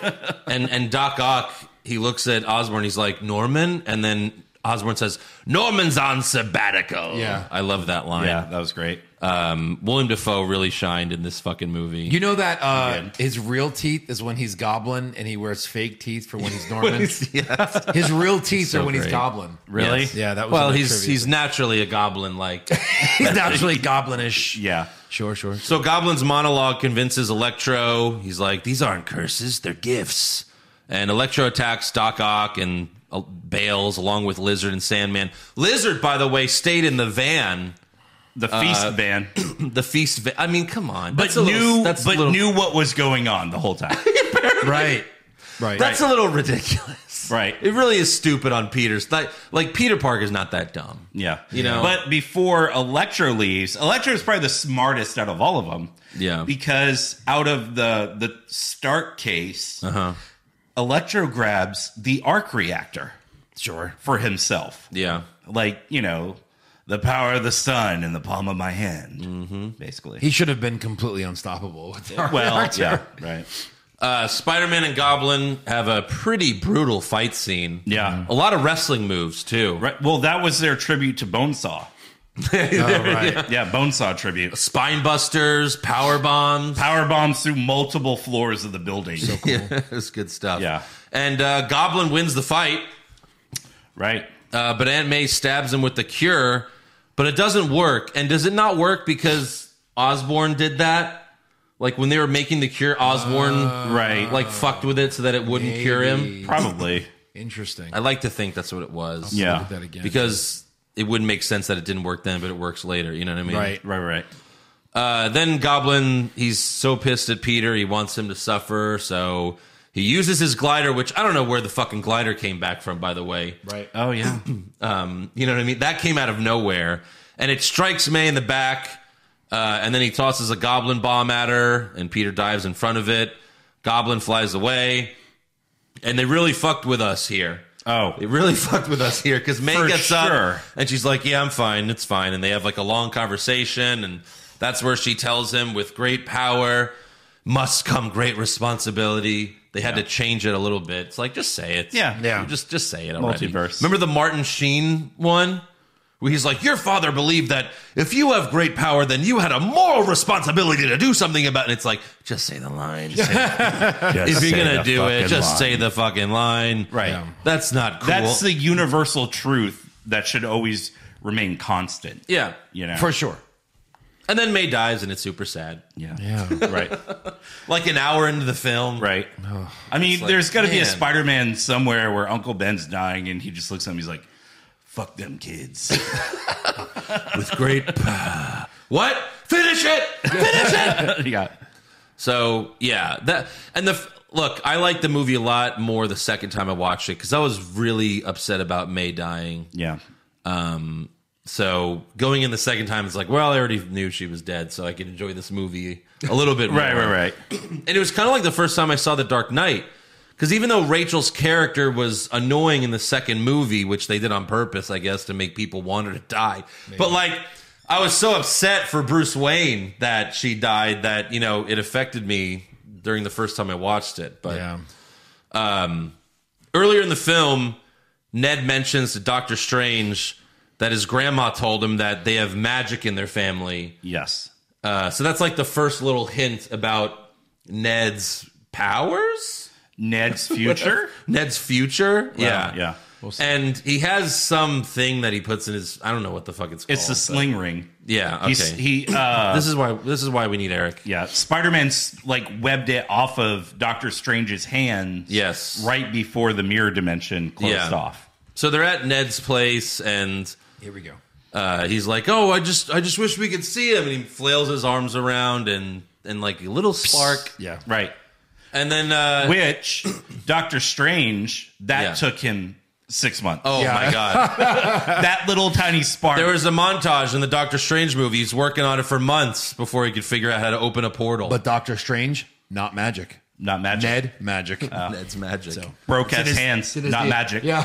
and and Doc Ock, he looks at Osborne. He's like Norman, and then Osborne says, "Norman's on sabbatical." Yeah. I love that line. yeah, that was great. Um, William Defoe really shined in this fucking movie. You know that uh, his real teeth is when he's goblin and he wears fake teeth for when he's Norman. His real teeth So are when great. he's goblin. Really? Yes. Yeah, that was well. in the He's trivia. he's naturally a goblin. Like He's naturally goblinish. Yeah. Sure, sure. so, Goblin's monologue convinces Electro. He's like, "These aren't curses; they're gifts." And Electro attacks Doc Ock and uh, Bales along with Lizard and Sandman. Lizard, by the way, stayed in the van. The feast van. The feast. Va- I mean, come on. But That's a knew Uh, little- that's a but little- knew what was going on the whole time. Right. Right. That's a little ridiculous. Right. It really is stupid on Peter's. Like, like Peter Parker's not that dumb. Yeah. You know? But before Electro leaves, Electro is probably the smartest out of all of them. Yeah. Because out of the the Stark case, Uh-huh. Electro grabs the arc reactor Sure. for himself. Yeah. Like, you know, the power of the sun in the palm of my hand. Mm-hmm. Basically. He should have been completely unstoppable. With that. well, yeah, right. Uh, Spider-Man and Goblin have a pretty brutal fight scene. Yeah. A lot of wrestling moves too. Right. Well, that was their tribute to Bonesaw. Oh, right. Yeah, Bonesaw tribute. Spine busters, power bombs. Power bombs through multiple floors of the building. Yeah, it's good stuff. Yeah. And uh, Goblin wins the fight, Right. uh, but Aunt May stabs him with the cure, but it doesn't work. And does it not work because Osborne did that? Like when they were making the cure, Osborne Uh, Right. like fucked with it so that it wouldn't cure him. Probably. Interesting. I like to think that's what it was. Yeah. Look at that again. Because it wouldn't make sense that it didn't work then, but it works later. You know what I mean? Right. Right, right. Uh, then Goblin, he's so pissed at Peter, he wants him to suffer, so he uses his glider, which I don't know where the fucking glider came back from, by the way. Right. Oh yeah. Um, you know what I mean? That came out of nowhere, and it strikes May in the back, uh, and then he tosses a goblin bomb at her, and Peter dives in front of it. Goblin flies away, and they really fucked with us here. Oh. It really fucked with us here because May For gets up sure. and she's like, "Yeah, I'm fine. It's fine." And they have like a long conversation, and that's where she tells him, "With great power must come great responsibility." They had to change it a little bit. It's like just say it. Yeah. Yeah. Just just say it already. Multiverse. Remember the Martin Sheen one. Where he's like, your father believed that if you have great power, then you had a moral responsibility to do something about. And it's like, just say the line. Say the if you're gonna do it, just say the fucking line. Right. Yeah. That's not cool. That's the universal truth that should always remain constant. yeah. You know. For sure. And then May dies, and it's super sad. yeah. Yeah. Right. Like an hour into the film, Right. I mean, there's got to be a man. Spider Man somewhere where Uncle Ben's dying and he just looks at him. He's like, fuck them kids. With great power What? Finish it! Finish it! yeah. So yeah, that and the f- look. I liked the movie a lot more the second time I watched it because I was really upset about May dying. Yeah. Um. So going in the second time, it's like, well, I already knew she was dead, so I could enjoy this movie a little bit. Right, more. right, right. And it was kind of like the first time I saw The Dark Knight. Because even though Rachel's character was annoying in the second movie, which they did on purpose, I guess, to make people want her to die, but like I was so upset for Bruce Wayne that she died that you know it affected me during the first time I watched it. But Yeah. um, earlier in the film, Ned mentions to Doctor Strange that his grandma told him that they have magic in their family. Yes. Uh, so that's like the first little hint about Ned's powers, Ned's future? Ned's future. yeah, yeah. and he has something that he puts in his. I don't know what the fuck it's called. It's the sling ring. Yeah. Okay. He's- he, uh, this is why. This is why we need Eric. Yeah, Spider Man's like webbed it off of Doctor Strange's hands. Yes, right before the mirror dimension closed Yeah. off. So they're at Ned's place, and Here we go. uh, he's like, "Oh, I just, I just wish we could see him." And he flails his arms around, and and like a little spark. Yeah. Right. And then uh, which Doctor Strange that took him six months. Oh my god, that little tiny spark. There was a montage in the Doctor Strange movie. He's working on it for months before he could figure out how to open a portal. But Doctor Strange, not magic. Not magic. Ned, magic. Ned's magic. broke his hands, not magic. Yeah.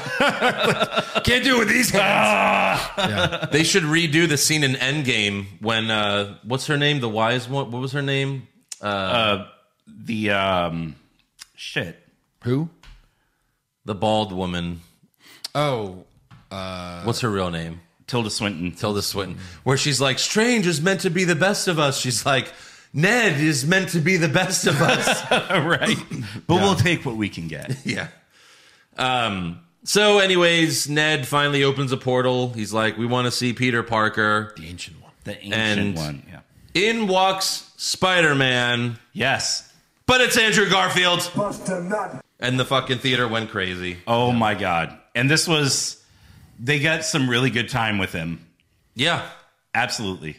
Can't do it with these hands. Ah. They should redo the scene in Endgame when uh, what's her name? The wise one. What was her name? Uh, the um, shit. Who? The bald woman. Oh. Uh, What's her real name? Tilda Swinton. Tilda Swinton. Where she's like, Strange is meant to be the best of us. She's like, Ned is meant to be the best of us. right. But we'll take what we can get. yeah. Um, so, anyways, Ned finally opens a portal. He's like, We want to see Peter Parker. The ancient one. The ancient And- one. Yeah. In walks Spider Man, Yes. but it's Andrew Garfield. And the fucking theater went crazy. Oh my god. And this was they got some really good time with him. Yeah. Absolutely.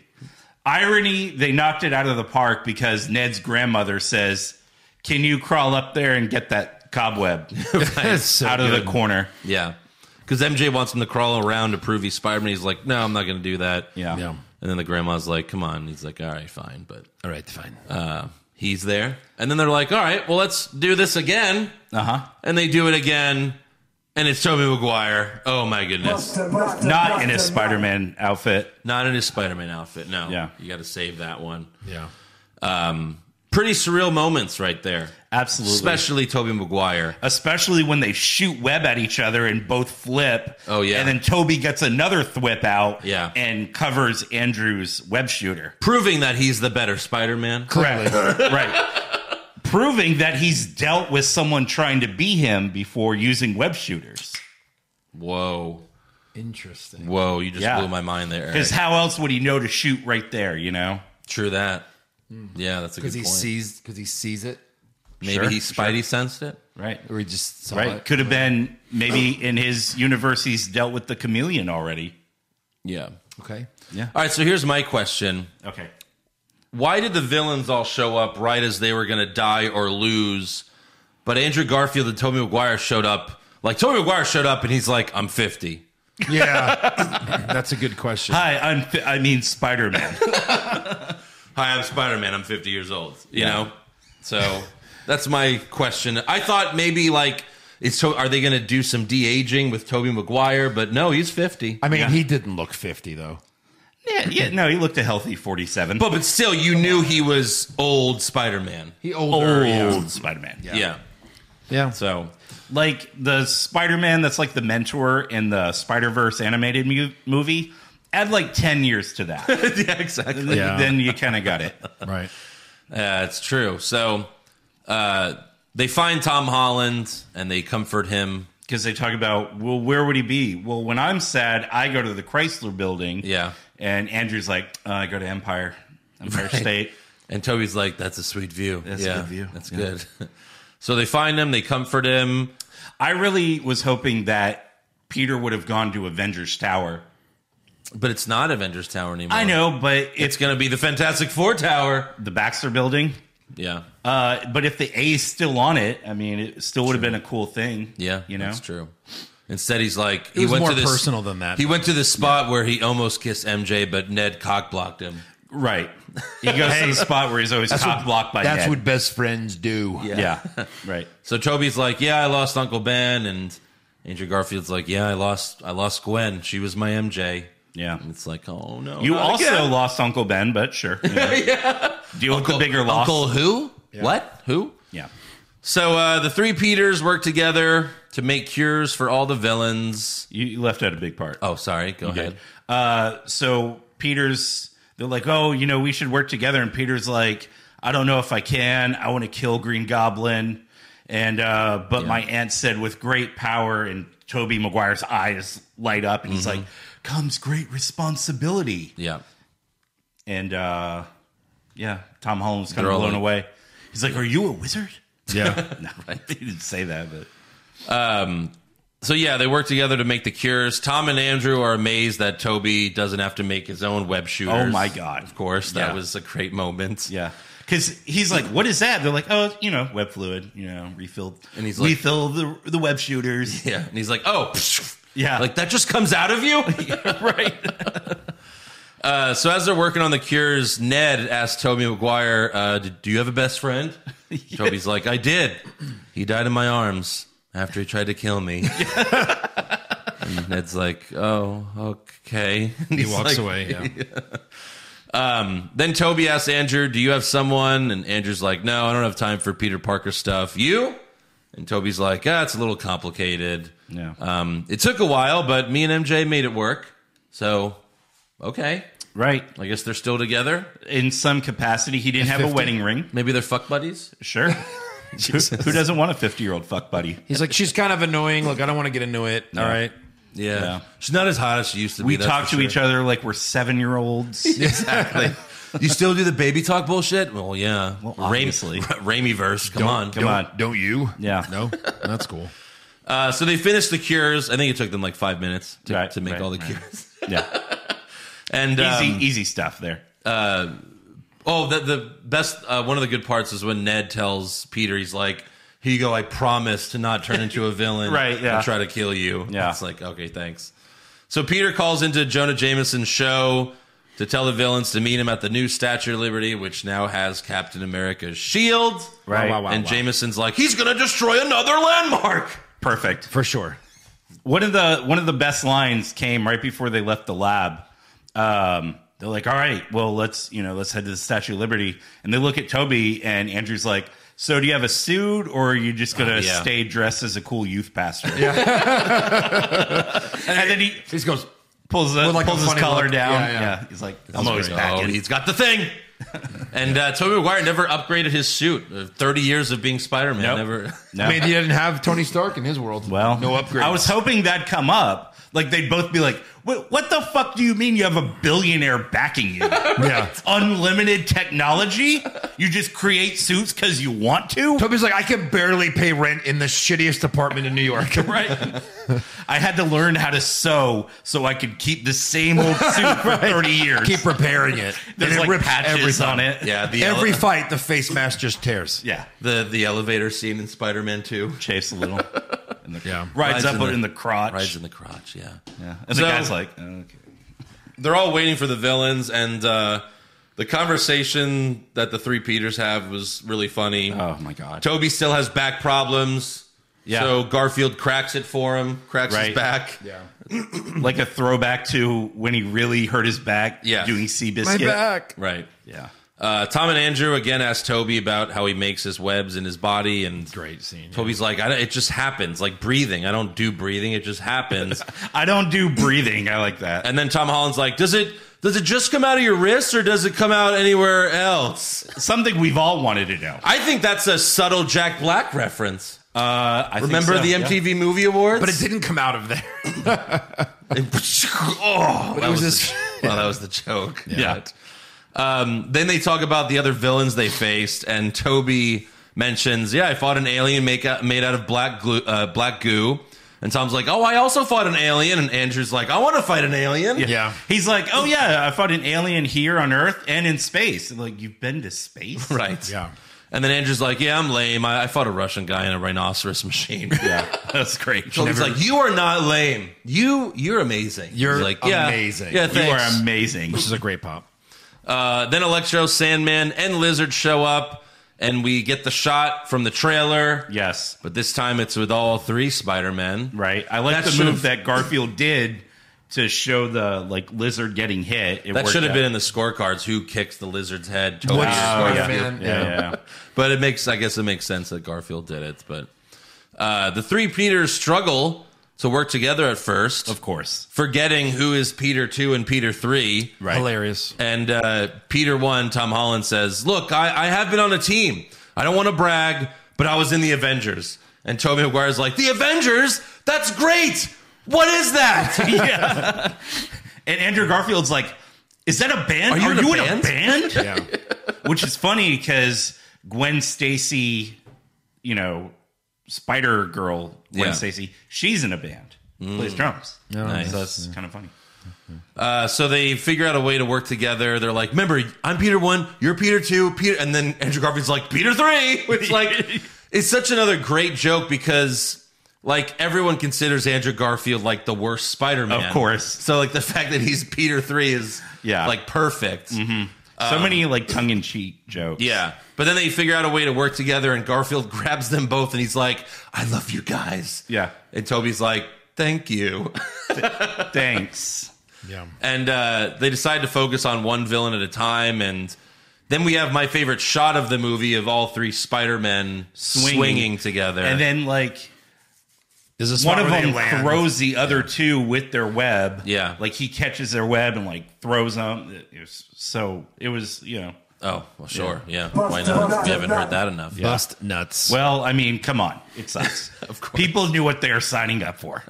Irony, they knocked it out of the park because Ned's grandmother says, Can you crawl up there and get that cobweb out of the corner? Yeah. Because MJ wants him to crawl around to prove he's Spider Man. He's like, No, I'm not going to do that. Yeah. Yeah. And then the grandma's like, Come on. He's like, All right, fine. But All right, fine. uh, he's there. And then they're like, all right, well, let's do this again. Uh huh. And they do it again. And it's Tobey Maguire. Oh, my goodness. Not in his Spider Man outfit. Not in his Spider Man outfit. No. Yeah. You got to save that one. Yeah. Um, pretty surreal moments right there. Absolutely. Especially Tobey Maguire. Especially when they shoot web at each other and both flip. Oh, yeah. And then Toby gets another thwip out Yeah. and covers Andrew's web shooter. Proving that he's the better Spider Man. Correct. right. Proving that he's dealt with someone trying to be him before using web shooters. Whoa. Interesting. Whoa. You just Yeah. blew my mind there. Eric. Because how else would he know to shoot right there, you know? True that. Yeah, that's a good Because he point. sees. Because he sees it, Maybe Sure, he sure. Spidey sensed it. Right. or he just saw Right. it. Could have been maybe in his universe he's dealt with the chameleon already. Yeah. Okay. All right. So here's my question. Okay. why did the villains all show up right as they were going to die or lose? But Andrew Garfield and Tommy Maguire showed up. Like Tommy Maguire showed up and he's like, "I'm 50." Yeah. That's a good question. Hi, I'm fi- I mean Spider Man. Hi, I'm Spider Man. I'm 50 years old. You know, so that's my question. I thought maybe like, it's so are they going to do some de aging with Toby Maguire? But no, he's 50. I mean, he didn't look fifty though. yeah, yeah. No, he looked a healthy forty seven. But but still, you knew he was old Spider Man. He older. Yeah. old Spider Man. Yeah. yeah. So Like the Spider Man that's like the mentor in the Spider Verse animated mu- movie. Add like ten years to that. yeah, exactly. Yeah. Then you kinda got it. Right. Yeah, it's true. So uh, they find Tom Holland and they comfort him. because they talk about well where would he be well when i'm sad i go to the chrysler building Yeah. and andrew's like uh, i go to empire empire state And Toby's like, "That's a sweet view. That's a yeah, good view. That's Yeah. good." so they find him. They comfort him. i really was hoping that peter would have gone to avengers tower But it's not Avengers Tower anymore. I know, but it's going to be the Fantastic Four Tower, the Baxter Building. Yeah, Uh, but if the A is still on it, I mean, it still would have been a cool thing. yeah, you know, that's true. Instead, he's like It he was went more to this personal than that. He went to the spot where he almost kissed MJ, but Ned cock blocked him. Right. He goes to the spot where he's always that's cock what- blocked by that's Ned. what best friends do. Yeah. right. So Toby's like, "Yeah, I lost Uncle Ben," and Andrew Garfield's like, "Yeah, I lost, I lost Gwen. She was my MJ." Yeah, and it's like, "Oh no!" You not also again. lost Uncle Ben, but sure. You know. Deal with the bigger loss. Uncle who? What? Who? Yeah. So uh, the three Peters work together to make cures for all the villains. You you left out a big part. Oh, sorry. Go You did. ahead. Uh, so Peter's, they're like, oh, you know, we should work together. And Peter's like, I don't know if I can. I want to kill Green Goblin. And, uh, but my aunt said, with great power, and Toby Maguire's eyes light up. And he's Mm-hmm. like, comes great responsibility. Yeah. And, uh, yeah, Tom Holland's kind They're all of blown like- away. He's like, are you a wizard? Yeah. no, he didn't say that, but. Um, so yeah, they work together to make the cures. Tom and Andrew are amazed that Toby doesn't have to make his own web shooters. Oh my God. Of course, that Yeah. was a great moment. Yeah. Because he's like, what is that? They're like, oh, you know, web fluid, you know, refilled. And he's like- refill the, the web shooters. Yeah, and he's like, "Oh, psh. Yeah. like that just comes out of you, right?" uh, so as they're working on the cures, Ned asks Toby McGuire, uh, "Do do you have a best friend?" Toby's like, "I did. He died in my arms after he tried to kill me." and Ned's like, "Oh, okay." And He he's like- walks away. Yeah. Um, then Toby asks Andrew, "Do you have someone?" And Andrew's like, "No, I don't have time for Peter Parker stuff." You? And Toby's like, "Ah, it's a little complicated." Yeah. Um, it took a while, but me and MJ made it work. So, okay, Right. I guess they're still together. In some capacity, he didn't have a 50. wedding ring. Maybe they're fuck buddies. Sure. who, who doesn't want a 50 year old fuck buddy? He's like, she's kind of annoying. Look, I don't want to get into it. All right. Yeah. Yeah. she's not as hot as she used to We be. that's talk for to sure. each other like we're seven year olds. exactly. you still do the baby talk bullshit? Well, yeah. Well, Raimi- obviously. Raimi-verse. Come Don't- on, Come on. Don't you? Yeah. No, that's cool. Uh, so they finished the cures. I think it took them like five minutes to, Right, to make right, all the right. cures. Yeah. And Easy, um, easy stuff there. Oh, the the best uh, one of the good parts is when Ned tells Peter, he's like, "Here you go. I promise to not turn into a villain. Right, yeah. And try to kill you. Yeah. It's like, okay, thanks. So Peter calls into Jonah Jameson's show to tell the villains to meet him at the new Statue of Liberty, which now has Captain America's shield. Right. Wow, wow, wow, and wow. Jameson's like, he's gonna destroy another landmark. Perfect. For sure. one of the one of the best lines came right before they left the lab. Um, they're like, "All right, well, let's you know, let's head to the Statue of Liberty." And they look at Toby, and Andrew's like, "So, do you have a suit, or are you just gonna Oh, yeah. stay dressed as a cool youth pastor?" Yeah. and then he He just goes, pulls the, With, like, a pulls his funny collar look. down. Yeah, Yeah, yeah. he's like, "I'm always Oh, back." in." he's got the thing. And uh, Toby McGuire never upgraded his suit. Uh, Thirty years of being Spider Man, Nope. never. No. I mean, he didn't have Tony Stark in his world. Well, no upgrade. I was hoping that'd come up. Like they'd both be like, "What? What the fuck do you mean you have a billionaire backing you? Yeah. Unlimited technology? You just create suits because you want to? Toby's like, I can barely pay rent in the shittiest apartment in New York. Right? I had to learn how to sew so I could keep the same old suit for thirty years. Keep repairing it. There's and it like rips patches every time. on it. Yeah, the Every ele- fight, the face mask just tears. yeah. the the elevator scene in Spider Man Two. Chafes a little. And the, Yeah. Rides Rides, up in in the- the, crotch. Rides in the crotch, yeah. yeah. And So- the guy's like, "Okay." They're all waiting for the villains, and uh, the conversation that the three Peters have was really funny. "Oh my god." Toby still has back problems, Yeah. so Garfield cracks it for him, cracks Right. his back. Yeah. like a throwback to when he really hurt his back Yeah. doing Seabiscuit. My back. Right. Yeah. Uh, Tom and Andrew again ask Toby about how he makes his webs in his body, and Great scene. Toby's like, I don't, "It just happens, like breathing. I don't do breathing; it just happens." I don't do breathing. I like that. and then Tom Holland's like, "Does it? Does it just come out of your wrist, or does it come out anywhere else?" Something we've all wanted to know. I think that's a subtle Jack Black reference. Uh, I think Remember so, the yeah. MTV Movie Awards? But it didn't come out of there. oh, that was was, just- the, well, that was the joke. Yeah. Um, then they talk about the other villains they faced, and Toby mentions, "Yeah, I fought an alien make out, made out of black glue, uh, black goo. And Tom's like, "Oh, I also fought an alien." And Andrew's like, "I want to fight an alien." He's like, oh, yeah, I fought an alien here on Earth and in space. And, like, you've been to space? right. Yeah. And then Andrew's like, "Yeah, I'm lame. I, I fought a Russian guy in a rinoceros machine." Yeah, that's great. She's Never- like, "You are not lame. You you're amazing. You're like yeah, Yeah, you thanks. are amazing. This is a great pop. Uh, then Electro, Sandman, and Lizard show up, and we get the shot from the trailer. Yes, but this time it's with all three Spider Men. Right. I like the move that Garfield did to show the like lizard getting hit. It that worked should have out. been in the scorecards. Who kicks the lizard's head? Toby Which or Spider-Man? Garfield. Yeah. Yeah. but it makes. I guess it makes sense that Garfield did it. But uh, the three Peters struggle to work together at first, of course, forgetting who is Peter two and Peter three. Right. Hilarious. And uh, Peter one, Tom Holland says, "Look, I, I have been on a team. I don't want to brag, but I was in the Avengers." And Tobey Maguire's like, "The Avengers? That's great. What is that?" yeah. And Andrew Garfield's like, is that a band? Are you in a in a band? band? Which is funny because Gwen Stacy, you know, Spider Girl Gwen Yeah. Stacy, she's in a band, plays drums. Oh, nice. So that's kind of funny. Uh, so they figure out a way to work together. They're like, "Remember, I'm Peter one, you're Peter two, Peter," and then Andrew Garfield's like, "Peter three, which like is such another great joke because like everyone considers Andrew Garfield like the worst Spider-Man, Of course. So like the fact that he's Peter three is Yeah. Mm-hmm. like perfect. So Um, many like tongue in cheek jokes. yeah. But then they figure out a way to work together, and Garfield grabs them both, and he's like, "I love you guys." Yeah. And Toby's like, "Thank you." Thanks. Yeah. And uh, they decide to focus on one villain at a time. And then we have my favorite shot of the movie of all three Spider-Men swinging, together. And then like There's a spot one of where they them land. throws the other two with their web. Yeah. like he catches their web and like throws them. It- It was so it was you know. Oh well, sure, yeah. Why not? We haven't heard that enough. Bust nuts. Well, I mean, come on, it sucks. of course, people knew what they were signing up for.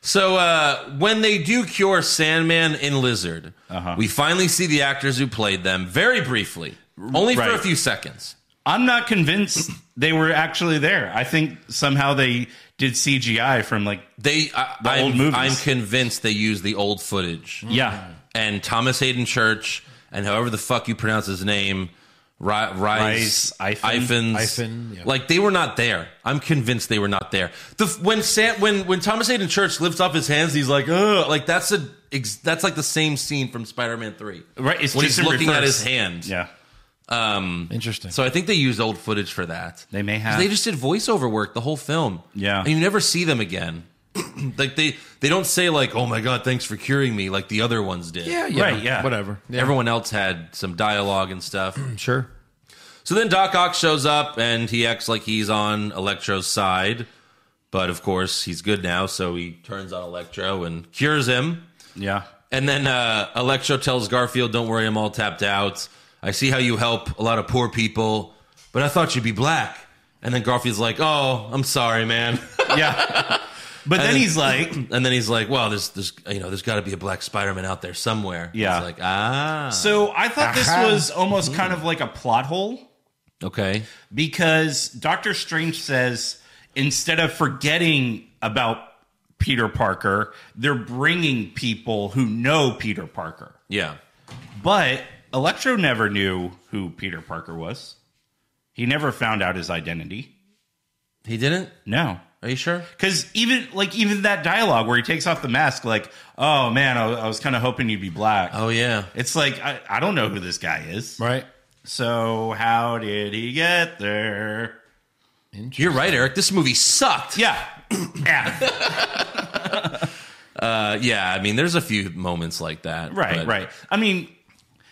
So uh, when they do cure Sandman and Lizard, Uh-huh. we finally see the actors who played them very briefly, only for a Right. few seconds. I'm not convinced they were actually there. I think somehow they did CGI from like they the I'm, old movies. Mm. I'm convinced they used the old footage. Yeah. And Thomas Hayden Church and however the fuck you pronounce his name, Ri- Rice, Rice, Iphens, Iphon. Iphon, yeah. like they were not there. I'm convinced they were not there. The f- when Sam, when when Thomas Hayden Church lifts up his hands, he's like, ugh, like that's a ex- that's like the same scene from Spider-Man Three, Right, it's when he's just in looking at reverse. his hand. Yeah. Um, Interesting. So I think they used old footage for that. They may have. They just did voiceover work the whole film. Yeah. and you never see them again. like they they don't say like, "Oh my god, thanks for curing me," like the other ones did. Yeah, yeah, Right, yeah. whatever. Yeah. Everyone else had some dialogue and stuff. Sure. So then Doc Ock shows up and he acts like he's on Electro's side, but of course he's good now, so he turns on Electro and cures him. Yeah. And then uh, Electro tells Garfield, "Don't worry, I'm all tapped out. I see how you help a lot of poor people, but I thought you'd be black." And then Garfield's like, "Oh, I'm sorry, man." yeah. But then he's like- and then he's like, "Well, there's, there's, you know, there's got to be a black Spider-Man out there somewhere." Yeah. It's like, ah. So I thought this Aha. was almost kind of like a plot hole okay. because Doctor Strange says instead of forgetting about Peter Parker, they're bringing people who know Peter Parker. Yeah. But Electro never knew who Peter Parker was. He never found out his identity. He didn't? No. Are you sure? Because even like even that dialogue where he takes off the mask, like, oh man, I, I was kind of hoping you'd be black. Oh yeah. It's like I, I don't know who this guy is. Right. So how did he get there? You're right, Eric. This movie sucked. Yeah. Uh, yeah. I mean, there's a few moments like that. Right, but- right. I mean,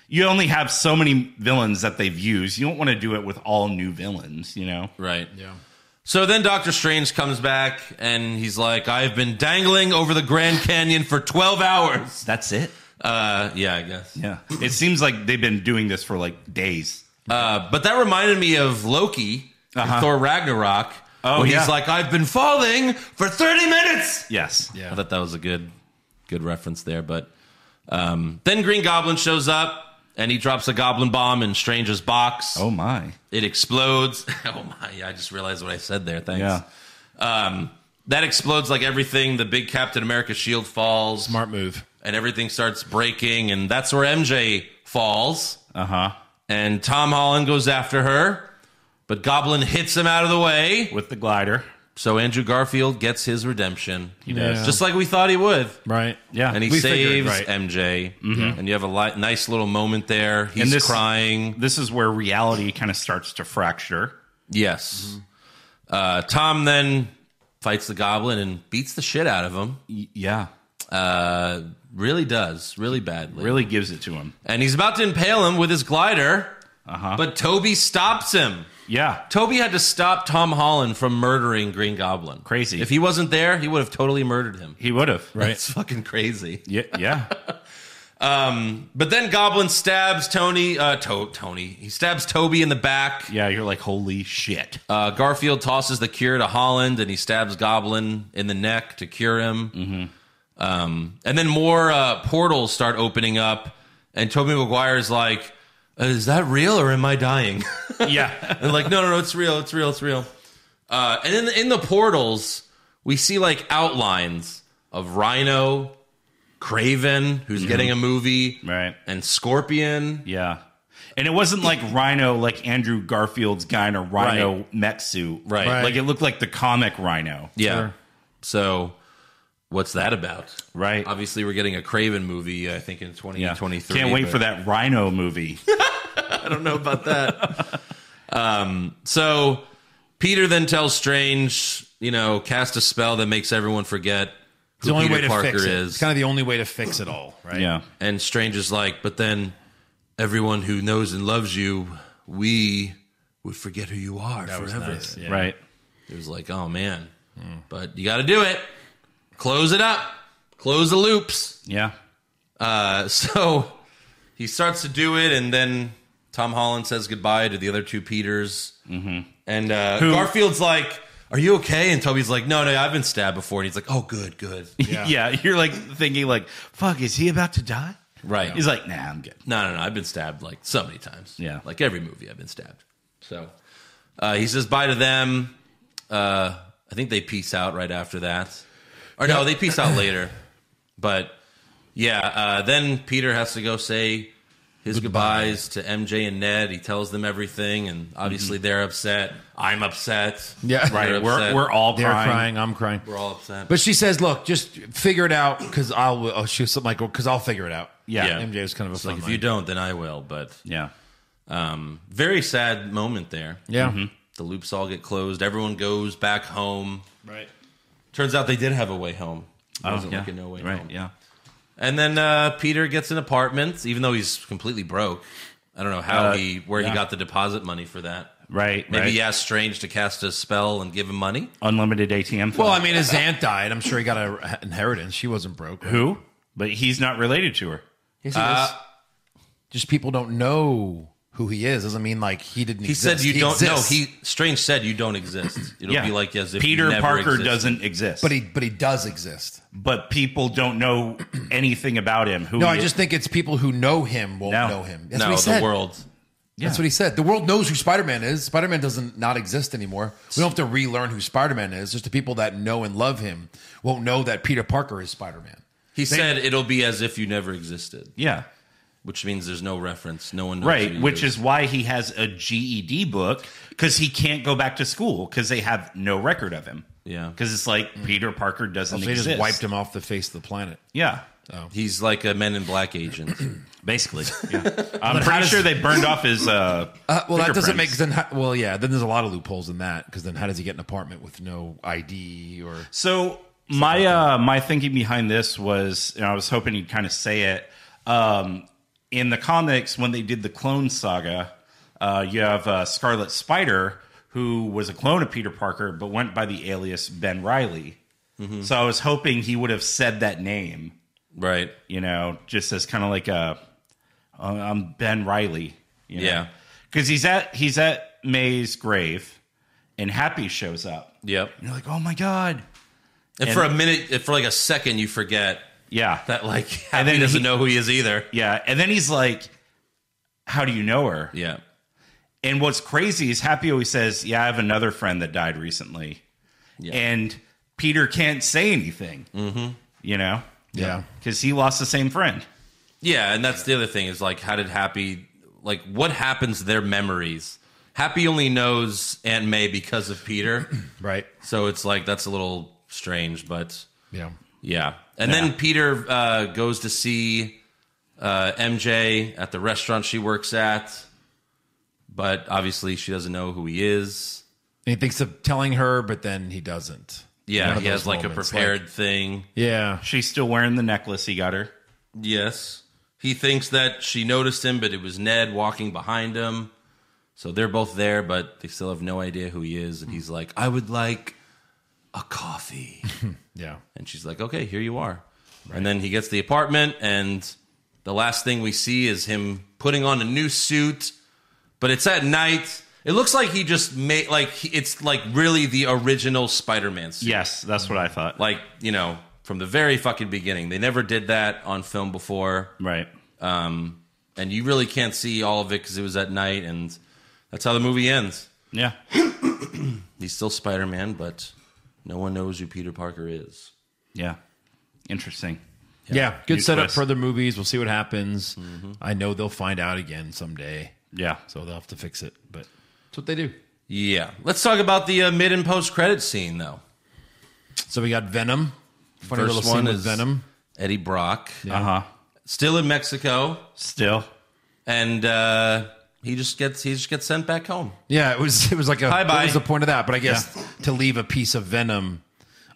you only have so many villains that they've used. You don't want to do it with all new villains, you know? Right. Yeah. So then Doctor Strange comes back and he's like, I've been dangling over the Grand Canyon for 12 hours. That's it? Uh, yeah, I guess. Yeah. It seems like they've been doing this for like days. Uh, but that reminded me of Loki, in Uh-huh. Thor Ragnarok. Oh, when yeah. he's like, I've been falling for 30 minutes. Yes. I thought that was a good, good reference there. But um, then Green Goblin shows up and he drops a goblin bomb in Strange's box. Oh, my. It explodes. oh my! I just realized what I said there. Thanks. Um, that explodes like everything. The big Captain America shield falls. Smart move. And everything starts breaking, and that's where MJ falls. Uh huh. Uh-huh. And Tom Holland goes after her, but Goblin hits him out of the way with the glider. So Andrew Garfield gets his redemption. He does. Just like we thought he would. Right. Yeah. And he We figured, saves right. MJ. Mhm. And you have a li- nice little moment there. He's crying. This is where reality kind of starts to fracture. Yes. Uh, Tom then fights the goblin and beats the shit out of him. yeah. Uh, really does. Really badly. Really gives it to him. And he's about to impale him with his glider. Uh-huh. But Toby stops him. Yeah. Toby had to stop Tom Holland from murdering Green Goblin. Crazy. If he wasn't there, he would have totally murdered him. He would have. Right. It's fucking crazy. Yeah. Yeah. um, but then Goblin stabs Tony. Uh, to- Tony. He stabs Toby in the back. Yeah. You're like, holy shit. Uh, Garfield tosses the cure to Holland, and he stabs Goblin in the neck to cure him. Um, and then more uh, portals start opening up, and Toby Maguire's like, "Uh, "Is that real, or am I dying?" yeah, and like, no, no, no, it's real, it's real, it's real. Uh, and in the, in the portals, we see like outlines of Rhino, Craven, who's Mhm. getting a movie, right? And Scorpion. Yeah. And it wasn't like Rhino, like Andrew Garfield's guy in a Rhino Right. mech suit. Right. Right. Like it looked like the comic Rhino. Yeah. So what's that about? Right. Obviously, we're getting a Craven movie, I think, in 2023. Can't wait but for that Rhino movie. I don't know about that. um, so Peter then tells Strange, you know, cast a spell that makes everyone forget It's who the only Peter way to Parker fix it. It's is. kind of the only way to fix it all, right? And Strange is like, but then everyone who knows and loves you, we would forget who you are That was forever. nice, yeah. Hmm. Right. It was like, oh man. But you got to do it. Close it up. Close the loops. Yeah. Uh, so he starts to do it, and then Tom Holland says goodbye to the other two Peters. Mm-hmm. And uh, Who- Garfield's like, are you okay? And Toby's like, no, no, I've been stabbed before. And he's like, oh, good, good. Yeah. You're like thinking like, fuck, is he about to die? Right. He's like, nah, I'm good. No, no, no. I've been stabbed like so many times. Yeah. Like every movie, I've been stabbed. So uh, he says bye to them. Uh, I think they peace out right after that. Or no, they peace out later. But yeah, uh, then Peter has to go say his goodbyes to MJ and Ned. He tells them everything, and obviously they're upset. I'm upset. Yeah. They're Right. We're- upset. we're all They're crying. crying. I'm crying. We're all upset. But she says, "Look, just figure it out because I'll." Oh, she was something like, "Because I'll figure it out." MJ was kind of a It's fun like if line. you don't, then I will. But yeah, um, very sad moment there. Yeah. Mhm. the loops all get closed. Everyone goes back home. Right. Turns out they did have a way home. There Oh, wasn't yeah. like a no way Right, home. yeah. And then uh, Peter gets an apartment, even though he's completely broke. I don't know how Uh, he where yeah. he got the deposit money for that. Right, Maybe right. he asked Strange to cast a spell and give him money. Unlimited ATM. Well, I mean, his aunt died. I'm sure he got an inheritance. She wasn't broke. Who? But he's not related to her. Yes, he Uh, is. Just people don't know who he is. Doesn't mean like he didn't. He exist. said you don't. exists. No, he Strange said you don't exist. It'll Yeah. be like as if Peter you never Parker existed. doesn't exist. But he but he does exist. But people don't know anything about him. Who no, I he is. just think it's people who know him won't No. know him. That's No, what he the said. world. That's Yeah. what he said. The world knows who Spider Man is. Spider Man doesn't not exist anymore. We don't have to relearn who Spider Man is. Just the people that know and love him won't know that Peter Parker is Spider Man. He said it'll be as if you never existed. Yeah. Which means there's no reference. No one knows who Right, he which is why he has a GED book because he can't go back to school because they have no record of him. Yeah. because it's like Peter Parker doesn't So they exist. just wiped him off the face of the planet. Yeah, He's like a Men in Black agent, basically. Yeah. I'm But how pretty does- sure they burned off his. Uh, Uh, well, that doesn't fingerprints. make then. How, well, yeah, then there's a lot of loopholes in that because then how does he get an apartment with no ID or So my uh, my thinking behind this was, and I was hoping you'd kind of say it. Um, in the comics, when they did the Clone Saga, uh, you have uh, Scarlet Spider, who was a clone of Peter Parker, but went by the alias Ben Riley. Mm-hmm. So I was hoping he would have said that name, right? You know, just as kind of like a, "Oh, I'm Ben Riley. You know? Yeah. because he's at he's at May's grave, and Happy shows up. Yep. And you're like, oh my god. And, for a minute, if for like a second, you forget. Yeah. That like And Happy then doesn't he- know who he is either. Yeah. And then he's like, How do you know her? Yeah. And what's crazy is Happy always says, Yeah, I have another friend that died recently. And Peter can't say anything. Mm-hmm. You know? Yeah. Because he lost the same friend. Yeah, and that's the other thing is like, how did Happy, like, what happens to their memories? Happy only knows Aunt May because of Peter. right. So it's like, that's a little strange, but Yeah. yeah. And then Peter uh, goes to see uh, MJ at the restaurant she works at, but obviously she doesn't know who he is. And he thinks of telling her, but then he doesn't. One Yeah, of he those has like moments, a prepared thing. yeah. She's still wearing the necklace he got her. Yes. He thinks that she noticed him, but it was Ned walking behind him. So they're both there, but they still have no idea who he is. And Hmm. he's like, I would like a coffee. Yeah. And she's like, okay, here you are. And then he gets the apartment, and the last thing we see is him putting on a new suit, but it's at night. It looks like he just made, like, he- it's like really the original Spider Man suit. Yes, that's what I thought. Like, you know, from the very fucking beginning. They never did that on film before. Right. Um, and you really can't see all of it because it was at night, and that's how the movie ends. Yeah. He's still Spider Man, but no one knows who Peter Parker is. Yeah. Interesting. Yeah. Good Neat setup twist. for other movies. We'll see what happens. Mm-hmm. I know they'll find out again someday. Yeah. So they'll have to fix it. But that's what they do. Yeah. Let's talk about the uh, mid and post credit scene, though. So we got Venom. Funny First little one scene with is Venom. Eddie Brock. Yeah. Uh-huh. Still in Mexico, Still. and uh, he just gets he just gets sent back home. Yeah, it was it was like a Hi, what bye. was the point of that? But I guess to leave a piece of venom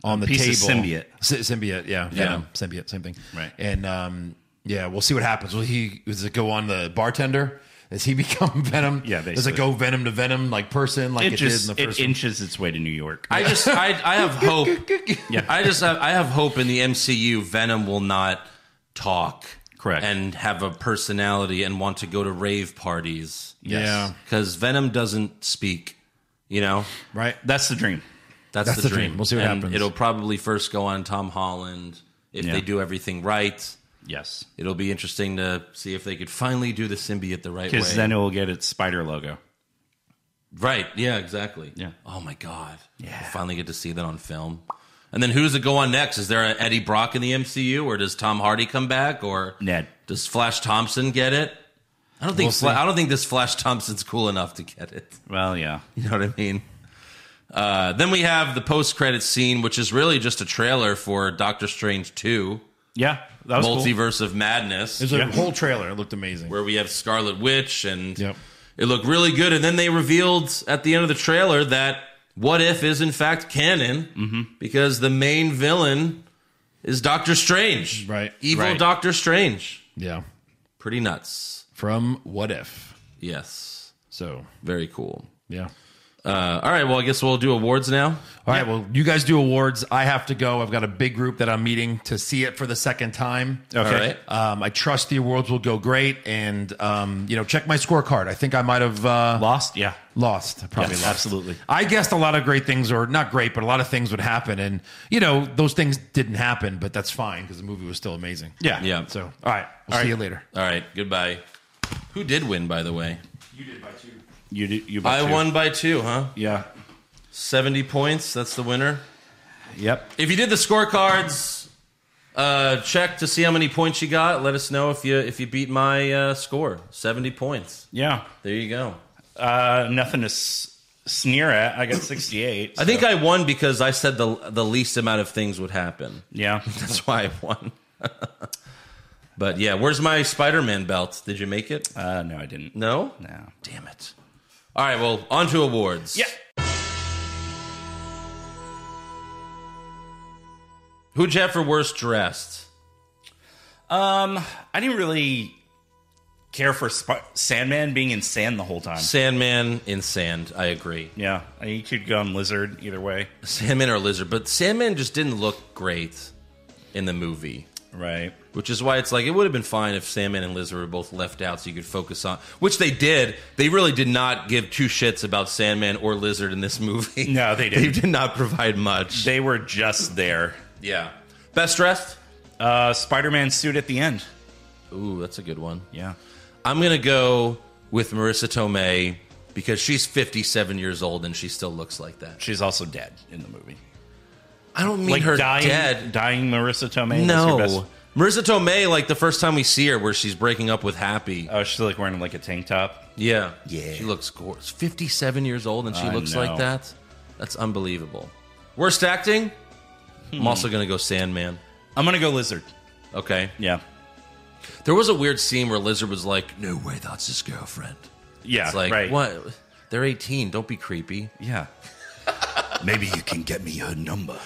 on the piece of table. symbiote. Sy- symbiote, yeah, venom, symbiote, same thing. Right. And um, yeah, we'll see what happens. Will he does it go on the bartender? Does he become venom? Yeah, Does it basically. go venom to venom like person like it, it just did in the first it one? inches its way to New York. I just I I have hope. yeah. I just have, I have hope in the MCU. Venom will not talk. Correct. And have a personality and want to go to rave parties. Yeah. Because Venom doesn't speak. You know, Right. That's the dream. that's, That's the, the dream. dream. We'll see what And happens. It'll probably first go on Tom Holland if Yeah. they do everything right. Yes. It'll be interesting to see if they could finally do the symbiote the right way. Because then it will get its spider logo. Right. Yeah, exactly. Yeah. Oh my god. Yeah. finally get to see that on film. And then who's it go on next? Is there an Eddie Brock in the MCU or does Tom Hardy come back or Ned. does Flash Thompson get it? I don't think We'll Fla- see. I don't think this Flash Thompson's cool enough to get it. Well, yeah. You know what I mean? Uh, then we have the post credit scene, which is really just a trailer for Doctor Strange 2, Yeah. That was cool. Multiverse of Madness, There's a whole trailer. It looked amazing. where we have Scarlet Witch and Yep. it looked really good. And then they revealed at the end of the trailer that What If is in fact canon because the main villain is Doctor Strange. Right. Evil Right. Doctor Strange. Yeah. Pretty nuts. From What If. Yes. So Very cool. yeah. Uh, all right. Well, I guess we'll do awards now. All right, well, you guys do awards. I have to go. I've got a big group that I'm meeting to see it for the second time. Okay. All right. Um, I trust the awards will go great, and um, you know, check my scorecard. I think I might have uh, Lost? Yeah. lost. I Probably Yes, lost. absolutely. I guessed a lot of great things, or not great, but a lot of things would happen, and you know, those things didn't happen, but that's fine because the movie was still amazing. Yeah. Yeah. So, all right, we'll see you later. All right. Goodbye. Who did win, by the way? You did you I both do. won by two, huh? Yeah. 70 points. That's the winner. Yep. If you did the scorecards, uh, check to see how many points you got. Let us know if you if you beat my uh, score, seventy points. Yeah. There you go. Uh, nothing to s- sneer at. I got 68. I think I won because I said the the least amount of things would happen. Yeah. That's why I won. but yeah, where's my Spider Man belt? Did you make it? Uh, no, I didn't. No. No. Damn it. All right. Well, on to awards. Yeah. Who'd you have for worst dressed? Um, I didn't really care for Sp- Sandman being in sand the whole time. Sandman in sand. I agree. Yeah. You could go on Lizard either way. Sandman or lizard, but Sandman just didn't look great in the movie. Right. which is why it's like it would have been fine if Sandman and Lizard were both left out so you could focus on which they did. They really did not give two shits about Sandman or Lizard in this movie. No, they didn't. They did not provide much. They were just there. yeah. Best dressed? Uh, Spider Man suit at the end. Ooh, that's a good one. Yeah. I'm gonna go with Marissa Tomei because she's 57 years old and she still looks like that. She's also dead in the movie. I don't mean like her dying, dead. Dying Marissa Tomei. was your No, best- Marissa Tomei. Like the first time we see her, where she's breaking up with Happy. Oh, she's like wearing like a tank top. Yeah, Yeah. She looks gorgeous. Fifty-seven years old, and she I looks know. like that. That's unbelievable. Worst acting. Hmm. I'm also gonna go Sandman. I'm gonna go Lizard. Okay. Yeah. There was a weird scene where Lizard was like, "No way, that's his girlfriend." Yeah, It's like right. what? They're eighteen. Don't be creepy. Yeah. Maybe you can get me her number.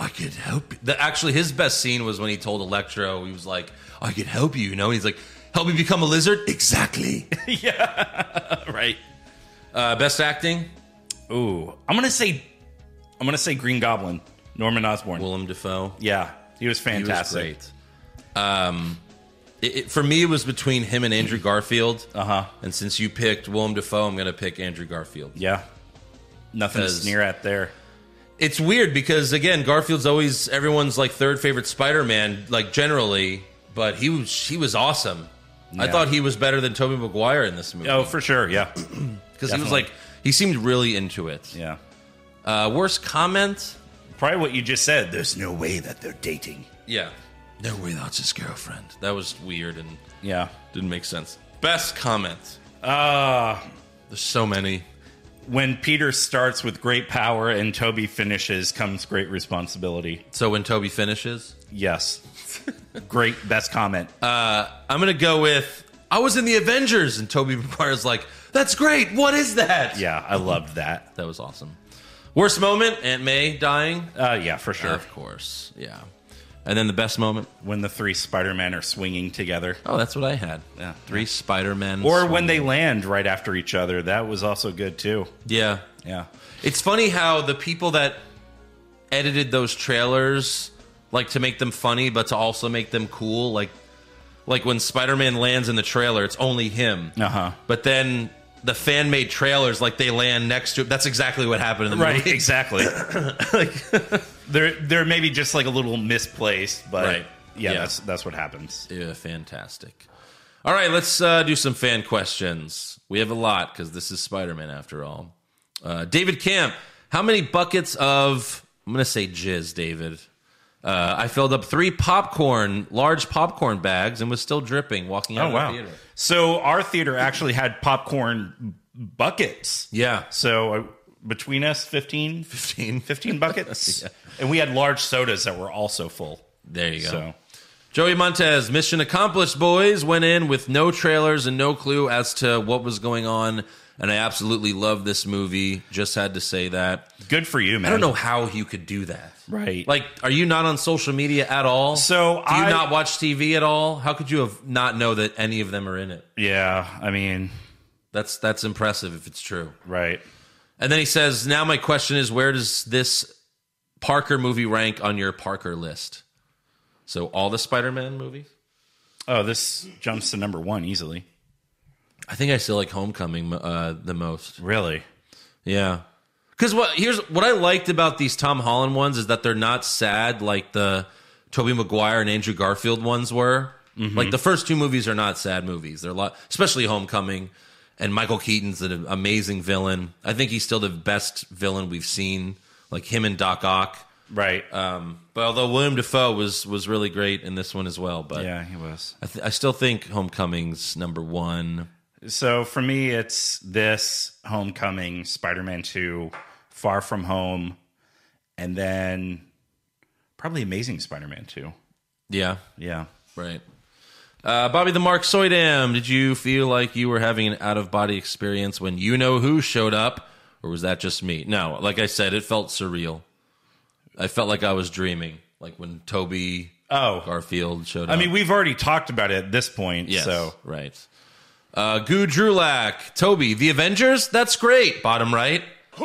I could help. you. The, actually, his best scene was when he told Electro, he was like, "I could help you," you know. And he's like, "Help me become a lizard." Exactly. right. Uh, best acting. Ooh, I'm gonna say, I'm gonna say Green Goblin, Norman Osborn. Willem Dafoe. Yeah, he was He was fantastic. great. Um, it, it- for me, it was between him and Andrew Garfield. Uh huh. And since you picked Willem Dafoe, I'm going to pick Andrew Garfield. Yeah, nothing to Because- sneer at there. It's weird because again, Garfield's always everyone's like third favorite Spider-Man, like generally, but he was he was awesome. I Yeah. thought he was better than Tobey Maguire in this movie. Oh, for sure. Yeah, because he was definitely. like he seemed really into it. yeah. Uh, worst comment? Probably what you just said. There's no way that they're dating. Yeah. No way, that's his girlfriend. That was weird and Yeah. didn't make sense. Best comment? Uh There's so many. when Peter starts with great power and Toby finishes, comes great responsibility. So when Toby finishes, Yes. great best comment. uh, I'm gonna go with I was in the Avengers, and Toby Maguire's like, "That's great. What is that?" yeah, I loved that. That was awesome. Worst moment? Aunt May dying. Uh, yeah, for sure. Of course. Yeah. And then the best moment? When the three Spider Men are swinging together, Oh, that's what I had. Yeah. Three Spider Men. or when they land right after each other, that was also good too. Yeah. Yeah. It's funny how the people that edited those trailers, like to make them funny, but to also make them cool. Like, like when Spider Man lands in the trailer, it's only him. Uh huh. But then the fan made trailers, like they land next to it. That's exactly what happened in the Right. movie. Exactly. they're they're maybe just like a little misplaced, but Right. yeah, Yeah. that's that's what happens. Yeah, fantastic. All right, let's uh, do some fan questions. We have a lot because this is Spider Man after all. Uh, David Camp, how many buckets of, I'm going to say jizz, David? Uh, I filled up three popcorn, large popcorn bags, and was still dripping walking out Oh of wow! the theater. So our theater actually had popcorn buckets. Yeah. So uh, between us, 15, 15, buckets, and we had large sodas that were also full. There you go. So Joey Montez, mission accomplished, boys. Went in with no trailers and no clue as to what was going on. And I absolutely love this movie. Just had to say that. good for you, man. I don't know how you could do that. Right. Like, are you not on social media at all? So do you I- not watch TV at all? How could you have not know that any of them are in it? yeah. I mean, That's that's impressive if it's true. right. And then he says, "Now my question is, where does this Parker movie rank on your Parker list?" So all the Spider-Man movies. Oh, this jumps to number one easily. I think I still like Homecoming uh, the most. Really? Yeah. Because what here's what I liked about these Tom Holland ones is that they're not sad like the Toby Maguire and Andrew Garfield ones were. Like the first two movies are not sad movies. They're a lot, especially Homecoming, and Michael Keaton's an amazing villain. I think he's still the best villain we've seen. Like him and Doc Ock. Right. Um, but although William Defoe was was really great in this one as well, but yeah, he was. I, th- I still think Homecoming's number one. So for me, it's this Homecoming, Spider Man 2, Far From Home, and then probably Amazing Spider Man 2. Yeah, Yeah. Right. Uh, Bobby the Mark Soydam, did you feel like you were having an out of body experience when you know who showed up, or was that just me? No, like I said, it felt surreal. I felt like I was dreaming, like when Toby Oh. Garfield showed I up. mean, we've already talked about it at this point. yes, So right. Uh, Goo Drulak, Toby, the Avengers. That's great. Bottom right. who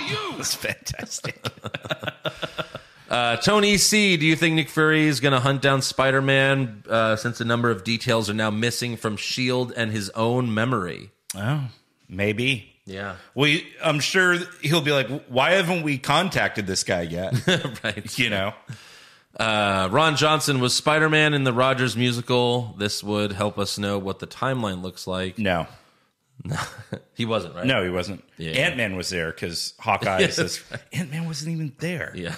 you? It's fantastic. Uh, Tony C, do you think Nick Fury is going to hunt down Spider Man uh, since a number of details are now missing from Shield E and his own memory? oh, maybe. Yeah, We, I'm sure he'll be like, why haven't we contacted this guy yet? right. you know? Uh, Ron Johnson was Spider Man in the Rogers musical. This would help us know what the timeline looks like. No. he wasn't, right? No, he wasn't. Yeah. Ant Man was there because Hawkeye Yeah, is that's this. Ant Man wasn't even there. Yeah.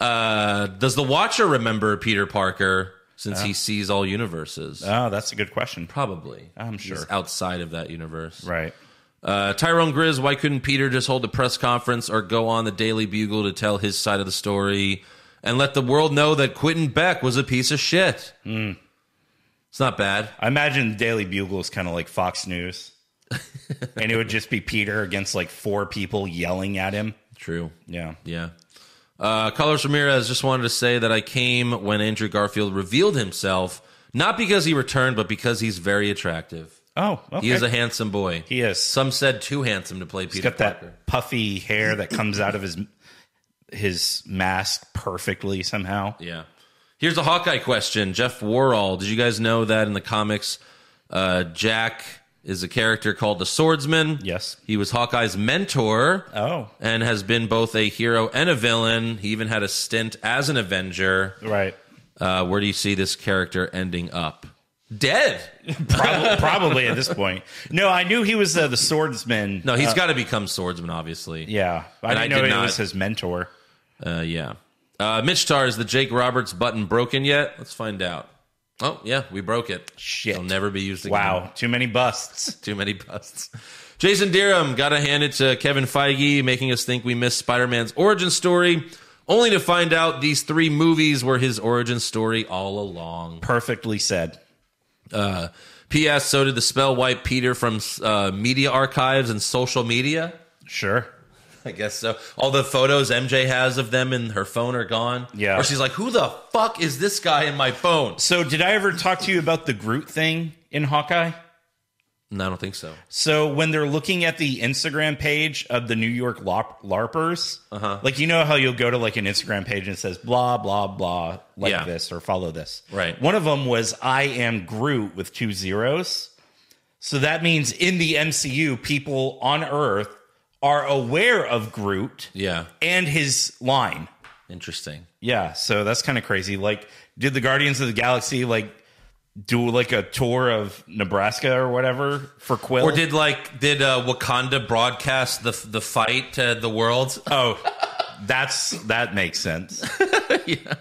uh, does the Watcher remember Peter Parker since Oh. he sees all universes? Oh, that's a good question. Probably. I'm sure. He's outside of that universe. Right. Uh, Tyrone Grizz, why couldn't Peter just hold a press conference or go on the Daily Bugle to tell his side of the story and let the world know that Quentin Beck was a piece of shit? Hmm. It's not bad. I imagine the Daily Bugle is kind of like Fox News, and it would just be Peter against like four people yelling at him. True. Yeah. Yeah. Uh, Carlos Ramirez just wanted to say that I came when Andrew Garfield revealed himself, not because he returned, but because he's very attractive. Oh, okay. He is a handsome boy. He is. Some said too handsome to play He's Peter got that Parker. puffy hair that comes out of his his mask perfectly somehow. Yeah. Here's a Hawkeye question. Jeff Warall, did you guys know that in the comics, uh, Jack is a character called the Swordsman? Yes. He was Hawkeye's mentor. Oh. And has been both a hero and a villain. He even had a stint as an Avenger. Right. Uh, where do you see this character ending up? Dead. Probably, probably at this point. No, I knew he was uh, the swordsman. No, he's Uh, got to become swordsman, obviously. Yeah, I And didn't I know did he not- was his mentor. Uh, yeah. Uh, Mitch Tar, is the Jake Roberts button broken yet? Let's find out. Oh, yeah, we broke it. Shit. It'll never be used again. Wow, too many busts. Too many busts. Jason Derham, got to hand it to Kevin Feige, making us think we missed Spider Man's origin story, only to find out these three movies were his origin story all along. Perfectly said. Uh, P.S. So did the spell wipe Peter from uh, media archives and social media? Sure. I guess so. All the photos MJ has of them in her phone are gone. Yeah. Or she's like, who the fuck is this guy in my phone? So, did I ever talk to you about the Groot thing in Hawkeye? No, I don't think so. So, when they're looking at the Instagram page of the New York LARP- LARPers, uh-huh. like you know how you'll go to like an Instagram page and it says blah blah blah like Yeah. this or follow this. Right. One of them was I am Groot with two zeros. So that means in the MCU, people on Earth are aware of Groot Yeah. and his line. Interesting. Yeah, so that's kind of crazy. Like, did the Guardians of the Galaxy like do like a tour of Nebraska or whatever for Quill? Or did like did uh, Wakanda broadcast the the fight to the world? Uh, oh, that's that makes sense.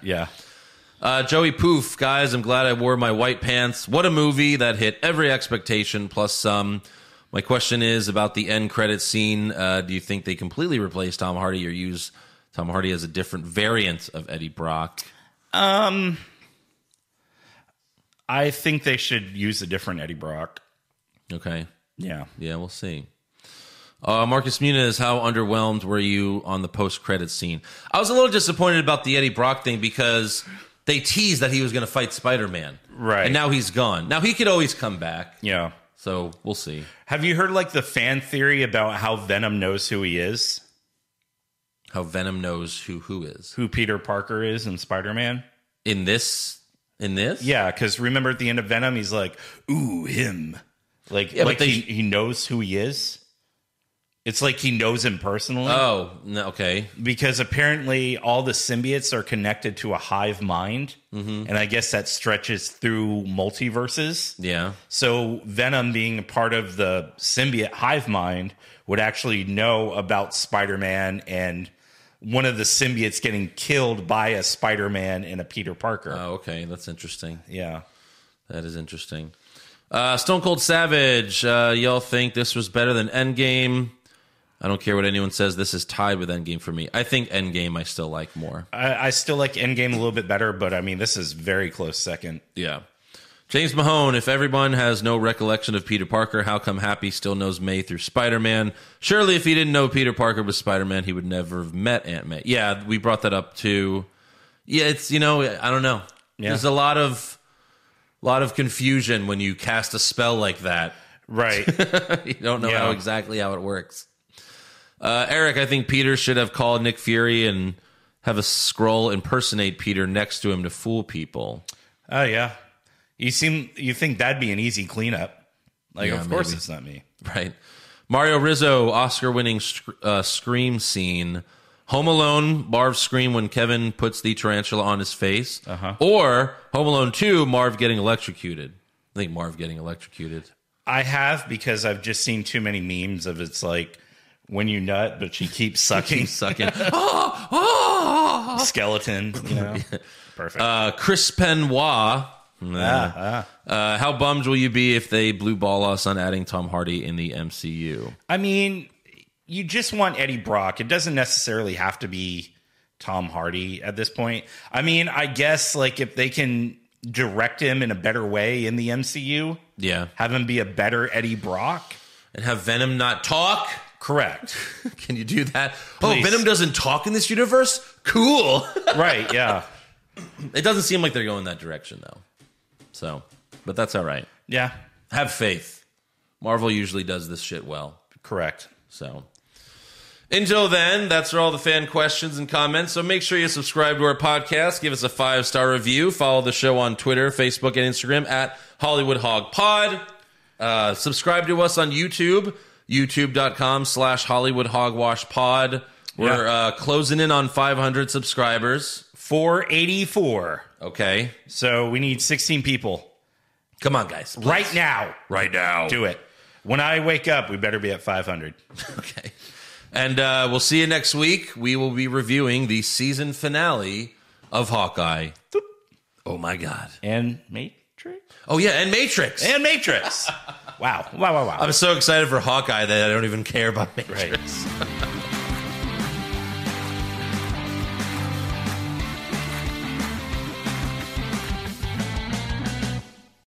yeah. Uh, Joey Poof, guys, I'm glad I wore my white pants. What a movie that hit every expectation plus some. My question is about the end credit scene. Uh, do you think they completely replace Tom Hardy or use Tom Hardy as a different variant of Eddie Brock? Um, I think they should use a different Eddie Brock. Okay. Yeah. Yeah, we'll see. Uh, Marcus Muniz, how underwhelmed were you on the post credit scene? I was a little disappointed about the Eddie Brock thing because they teased that he was going to fight Spider Man. Right. And now he's gone. Now he could always come back. Yeah. So we'll see. Have you heard like the fan theory about how Venom knows who he is, How Venom knows who who is. who Peter Parker is in Spider Man? In this, in this? Yeah, because remember at the end of Venom, he's like, "Ooh, him!" Like, Yeah, but like they- he, he knows who he is. It's like he knows him personally Oh, no, okay. because apparently all the symbiotes are connected to a hive mind, Mm-hmm. and I guess that stretches through multiverses. Yeah. So Venom, being a part of the symbiote hive mind, would actually know about Spider-Man and one of the symbiotes getting killed by a Spider-Man and a Peter Parker. Oh, okay. That's interesting. Yeah. That is interesting. Uh, Stone Cold Savage, uh, y'all think this was better than Endgame? I don't care what anyone says. This is tied with Endgame for me. I think Endgame I still like more. I, I still like Endgame a little bit better, but I mean, this is very close second. Yeah. James Mahone, if everyone has no recollection of Peter Parker, how come Happy still knows May through Spider Man? Surely, if he didn't know Peter Parker was Spider Man, he would never have met Aunt May. Yeah, we brought that up too. Yeah, it's you know I don't know. Yeah. There's a lot of lot of confusion when you cast a spell like that. Right. you don't know Yeah. how exactly how it works. Uh, Eric, I think Peter should have called Nick Fury and have a scroll impersonate Peter next to him to fool people. oh, yeah. You seem, you think that'd be an easy cleanup. Like, Yeah, of course maybe. it's not me. Right. Mario Rizzo, Oscar winning sc- uh, scream scene. Home Alone, Marv scream when Kevin puts the tarantula on his face. Or Home Alone 2, Marv getting electrocuted. I think Marv getting electrocuted. I have because I've just seen too many memes of it's like when you nut, but she keeps sucking, sucking. Skeleton, you know. Perfect. Uh, Chris Penoir. Ah, Uh, how bummed will you be if they blue ball us on adding Tom Hardy in the MCU? I mean, you just want Eddie Brock. It doesn't necessarily have to be Tom Hardy at this point. I mean, I guess like if they can direct him in a better way in the MCU, Yeah. have him be a better Eddie Brock. And have Venom not talk? Correct. Can you do that? Please. Oh, Venom doesn't talk in this universe? Cool. right, yeah. It doesn't seem like they're going that direction, though. So, but that's all right. Yeah. Have faith. Marvel usually does this shit well. Correct. So, until then, that's for all the fan questions and comments. So make sure you subscribe to our podcast, give us a five star review, follow the show on Twitter, Facebook, and Instagram at Hollywood Hog Pod. Uh, subscribe to us on YouTube, youtube.com slash Hollywood Hogwash Pod. We're uh, closing in on 500 subscribers. 484. Okay. So we need 16 people. Come on, guys. please. Right now. Right now. Do it. When I wake up, we better be at 500. Okay. And uh, we'll see you next week. We will be reviewing the season finale of Hawkeye. Oh my God. And Matrix? Oh, yeah. And Matrix. And Matrix. wow. Wow, wow, wow. I'm so excited for Hawkeye that I don't even care about Matrix.